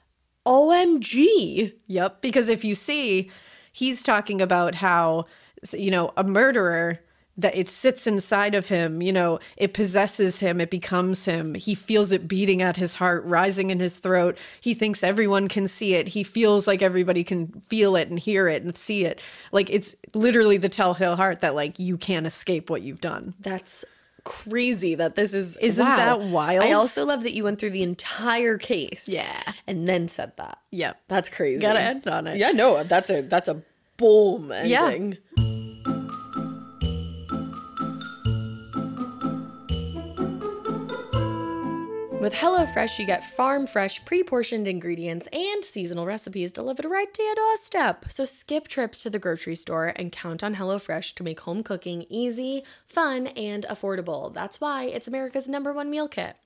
S3: OMG.
S2: Yep. Because if you see, he's talking about how, you know, a murderer that it sits inside of him, you know, it possesses him, it becomes him. He feels it beating at his heart, rising in his throat. He thinks everyone can see it. He feels like everybody can feel it and hear it and see it. Like it's literally the telltale heart that like you can't escape what you've done.
S3: That's crazy that this is
S2: Isn't
S3: wow.
S2: that wild?
S3: I also love that you went through the entire case.
S2: Yeah.
S3: And then said that.
S2: Yep.
S3: That's crazy.
S2: Gotta end on it.
S3: Yeah, no, that's a that's a boom
S2: Yeah.
S3: ending. With HelloFresh, you get farm fresh, pre portioned ingredients and seasonal recipes delivered right to your doorstep. So skip trips to the grocery store and count on HelloFresh to make home cooking easy, fun, and affordable. That's why it's America's number one meal kit.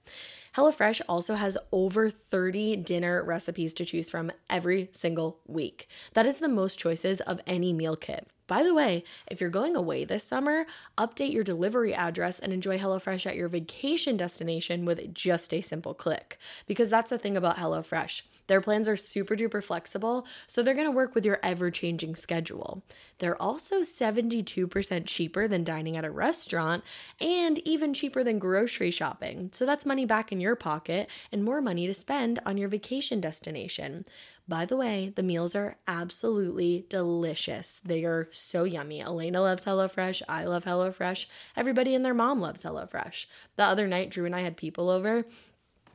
S3: HelloFresh also has over 30 dinner recipes to choose from every single week. That is the most choices of any meal kit. By the way, if you're going away this summer, update your delivery address and enjoy HelloFresh at your vacation destination with just a simple click. Because that's the thing about HelloFresh. Their plans are super duper flexible, so they're gonna work with your ever changing schedule. They're also 72% cheaper than dining at a restaurant and even cheaper than grocery shopping. So that's money back in your pocket and more money to spend on your vacation destination. By the way, the meals are absolutely delicious. They are so yummy. Elena loves HelloFresh. I love HelloFresh. Everybody and their mom loves HelloFresh. The other night, Drew and I had people over.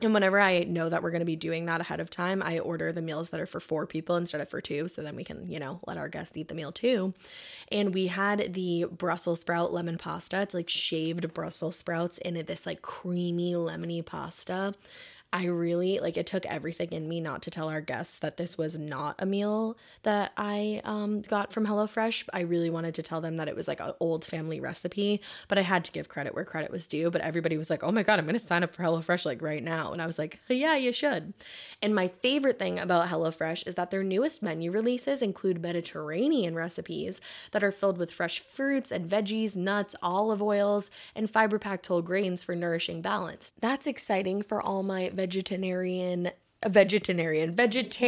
S3: And whenever I know that we're going to be doing that ahead of time, I order the meals that are for four people instead of for two. So then we can, you know, let our guests eat the meal too. And we had the Brussels sprout lemon pasta. It's like shaved Brussels sprouts in it, this like creamy, lemony pasta. I really like it took everything in me not to tell our guests that this was not a meal that I um, got from HelloFresh. I really wanted to tell them that it was like an old family recipe, but I had to give credit where credit was due. But everybody was like, oh my God, I'm going to sign up for HelloFresh like right now. And I was like, yeah, you should. And my favorite thing about HelloFresh is that their newest menu releases include Mediterranean recipes that are filled with fresh fruits and veggies, nuts, olive oils, and fiber packed whole grains for nourishing balance. That's exciting for all my vegetarian vegetarian,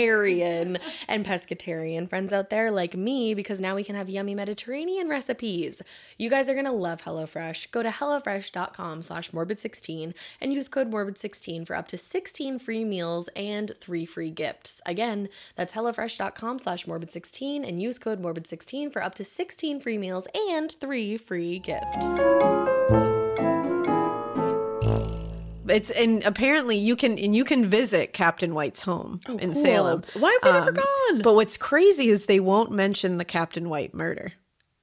S3: vegetarian, and pescatarian friends out there like me because now we can have yummy Mediterranean recipes. You guys are gonna love HelloFresh. Go to HelloFresh.com slash morbid16 and use code morbid16 for up to 16 free meals and three free gifts. Again, that's HelloFresh.com slash morbid16 and use code morbid16 for up to 16 free meals and three free gifts.
S2: It's and apparently you can and you can visit Captain White's home in
S3: Oh, cool.
S2: Salem. Um,
S3: Why have we never gone?
S2: But what's crazy is they won't mention the Captain White murder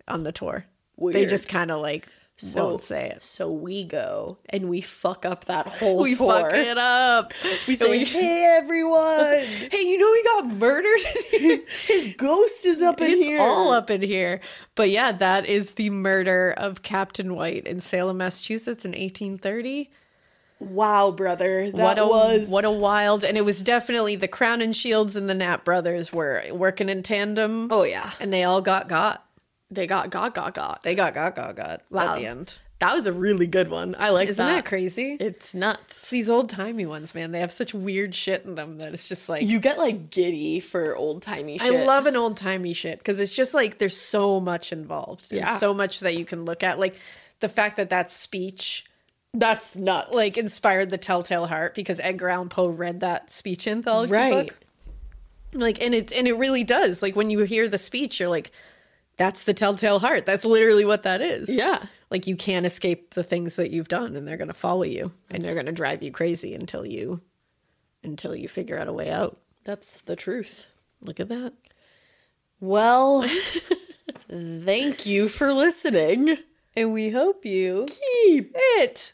S2: on the tour. They
S3: Weird.
S2: just kind of like won't say it.
S3: So we go and we fuck up that whole
S2: We
S3: tour.
S2: fuck it up.
S3: We
S2: And
S3: say, "Hey everyone,
S2: hey, you know he got murdered.
S3: his ghost is up in
S2: it's
S3: here."
S2: all up in here. But yeah, that is the murder of Captain White in Salem, Massachusetts in 1830.
S3: Wow, brother, that
S2: what a
S3: was
S2: what a wild and it was definitely the Crown and Shields and the Knapp brothers were working in tandem.
S3: Oh, yeah.
S2: And they all got got.
S3: they got got got got.
S2: They got got got got
S3: Wow.
S2: at the end.
S3: That was a really good one. I like
S2: Isn't
S3: that.
S2: that, crazy?
S3: It's nuts.
S2: It's these old timey ones, man. They have such weird shit in them that it's just like
S3: You get like giddy for old timey
S2: I
S3: shit.
S2: love an old timey shit because it's just like there's so much involved. There's
S3: Yeah.
S2: so much that you can look at. Like the fact that that speech
S3: that's nuts.
S2: like inspired the Telltale Heart because Edgar Allan Poe read that speech anthology
S3: Right.
S2: book. Like and it and it really does. Like when you hear the speech, you're like, that's the Telltale Heart. That's literally what that is.
S3: yeah,
S2: Like you can't escape the things that you've done, and they're gonna follow you, and they're gonna drive you crazy until you, until you figure out a way out.
S3: that's the truth.
S2: Look at that.
S3: Well, thank you for listening.
S2: And we hope you
S3: Keep
S2: it.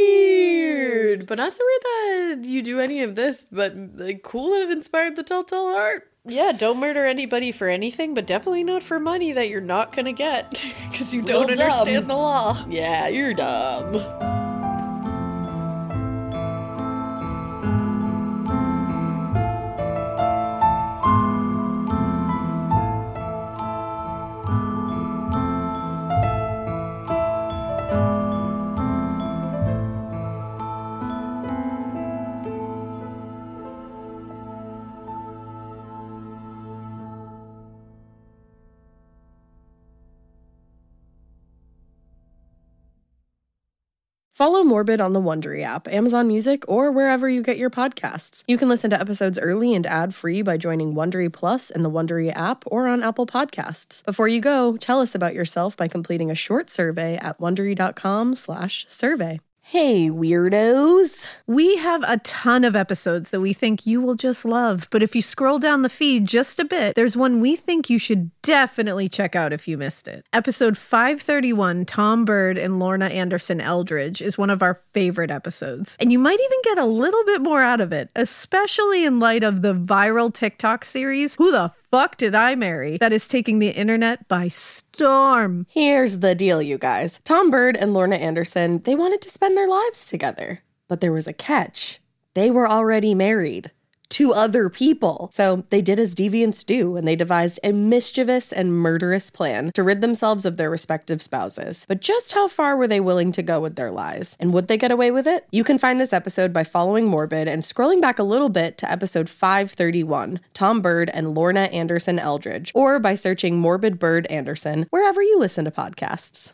S3: weird, but not so weird that you do any of this. But like, cool that it inspired the Telltale Heart.
S2: Yeah, don't murder anybody for anything, but definitely not for money that you're not gonna get because you don't
S3: Real dumb.
S2: understand the law.
S3: Yeah, you're dumb. Follow Morbid on the Wondery app, Amazon Music, or wherever you get your podcasts. You can listen to episodes early and ad free by joining Wondery Plus in the Wondery app or on Apple Podcasts. Before you go, tell us about yourself by completing a short survey at wondery.com/survey. Hey, weirdos!
S2: We have a ton of episodes that we think you will just love, but if you scroll down the feed just a bit, there's one we think you should definitely check out if you missed it. Episode 531 Tom Bird and Lorna Anderson Eldridge is one of our favorite episodes, and you might even get a little bit more out of it, especially in light of the viral TikTok series, Who the Fuck Did I Marry? that is taking the internet by storm.
S3: Here's the deal, you guys. Tom Bird and Lorna Anderson, they wanted to spend their lives together. But there was a catch. They were already married to other people. So they did as deviants do, and they devised a mischievous and murderous plan to rid themselves of their respective spouses. But just how far were they willing to go with their lies? And would they get away with it? You can find this episode by following Morbid and scrolling back a little bit to episode 531 Tom Bird and Lorna Anderson Eldridge, or by searching Morbid Bird Anderson wherever you listen to podcasts.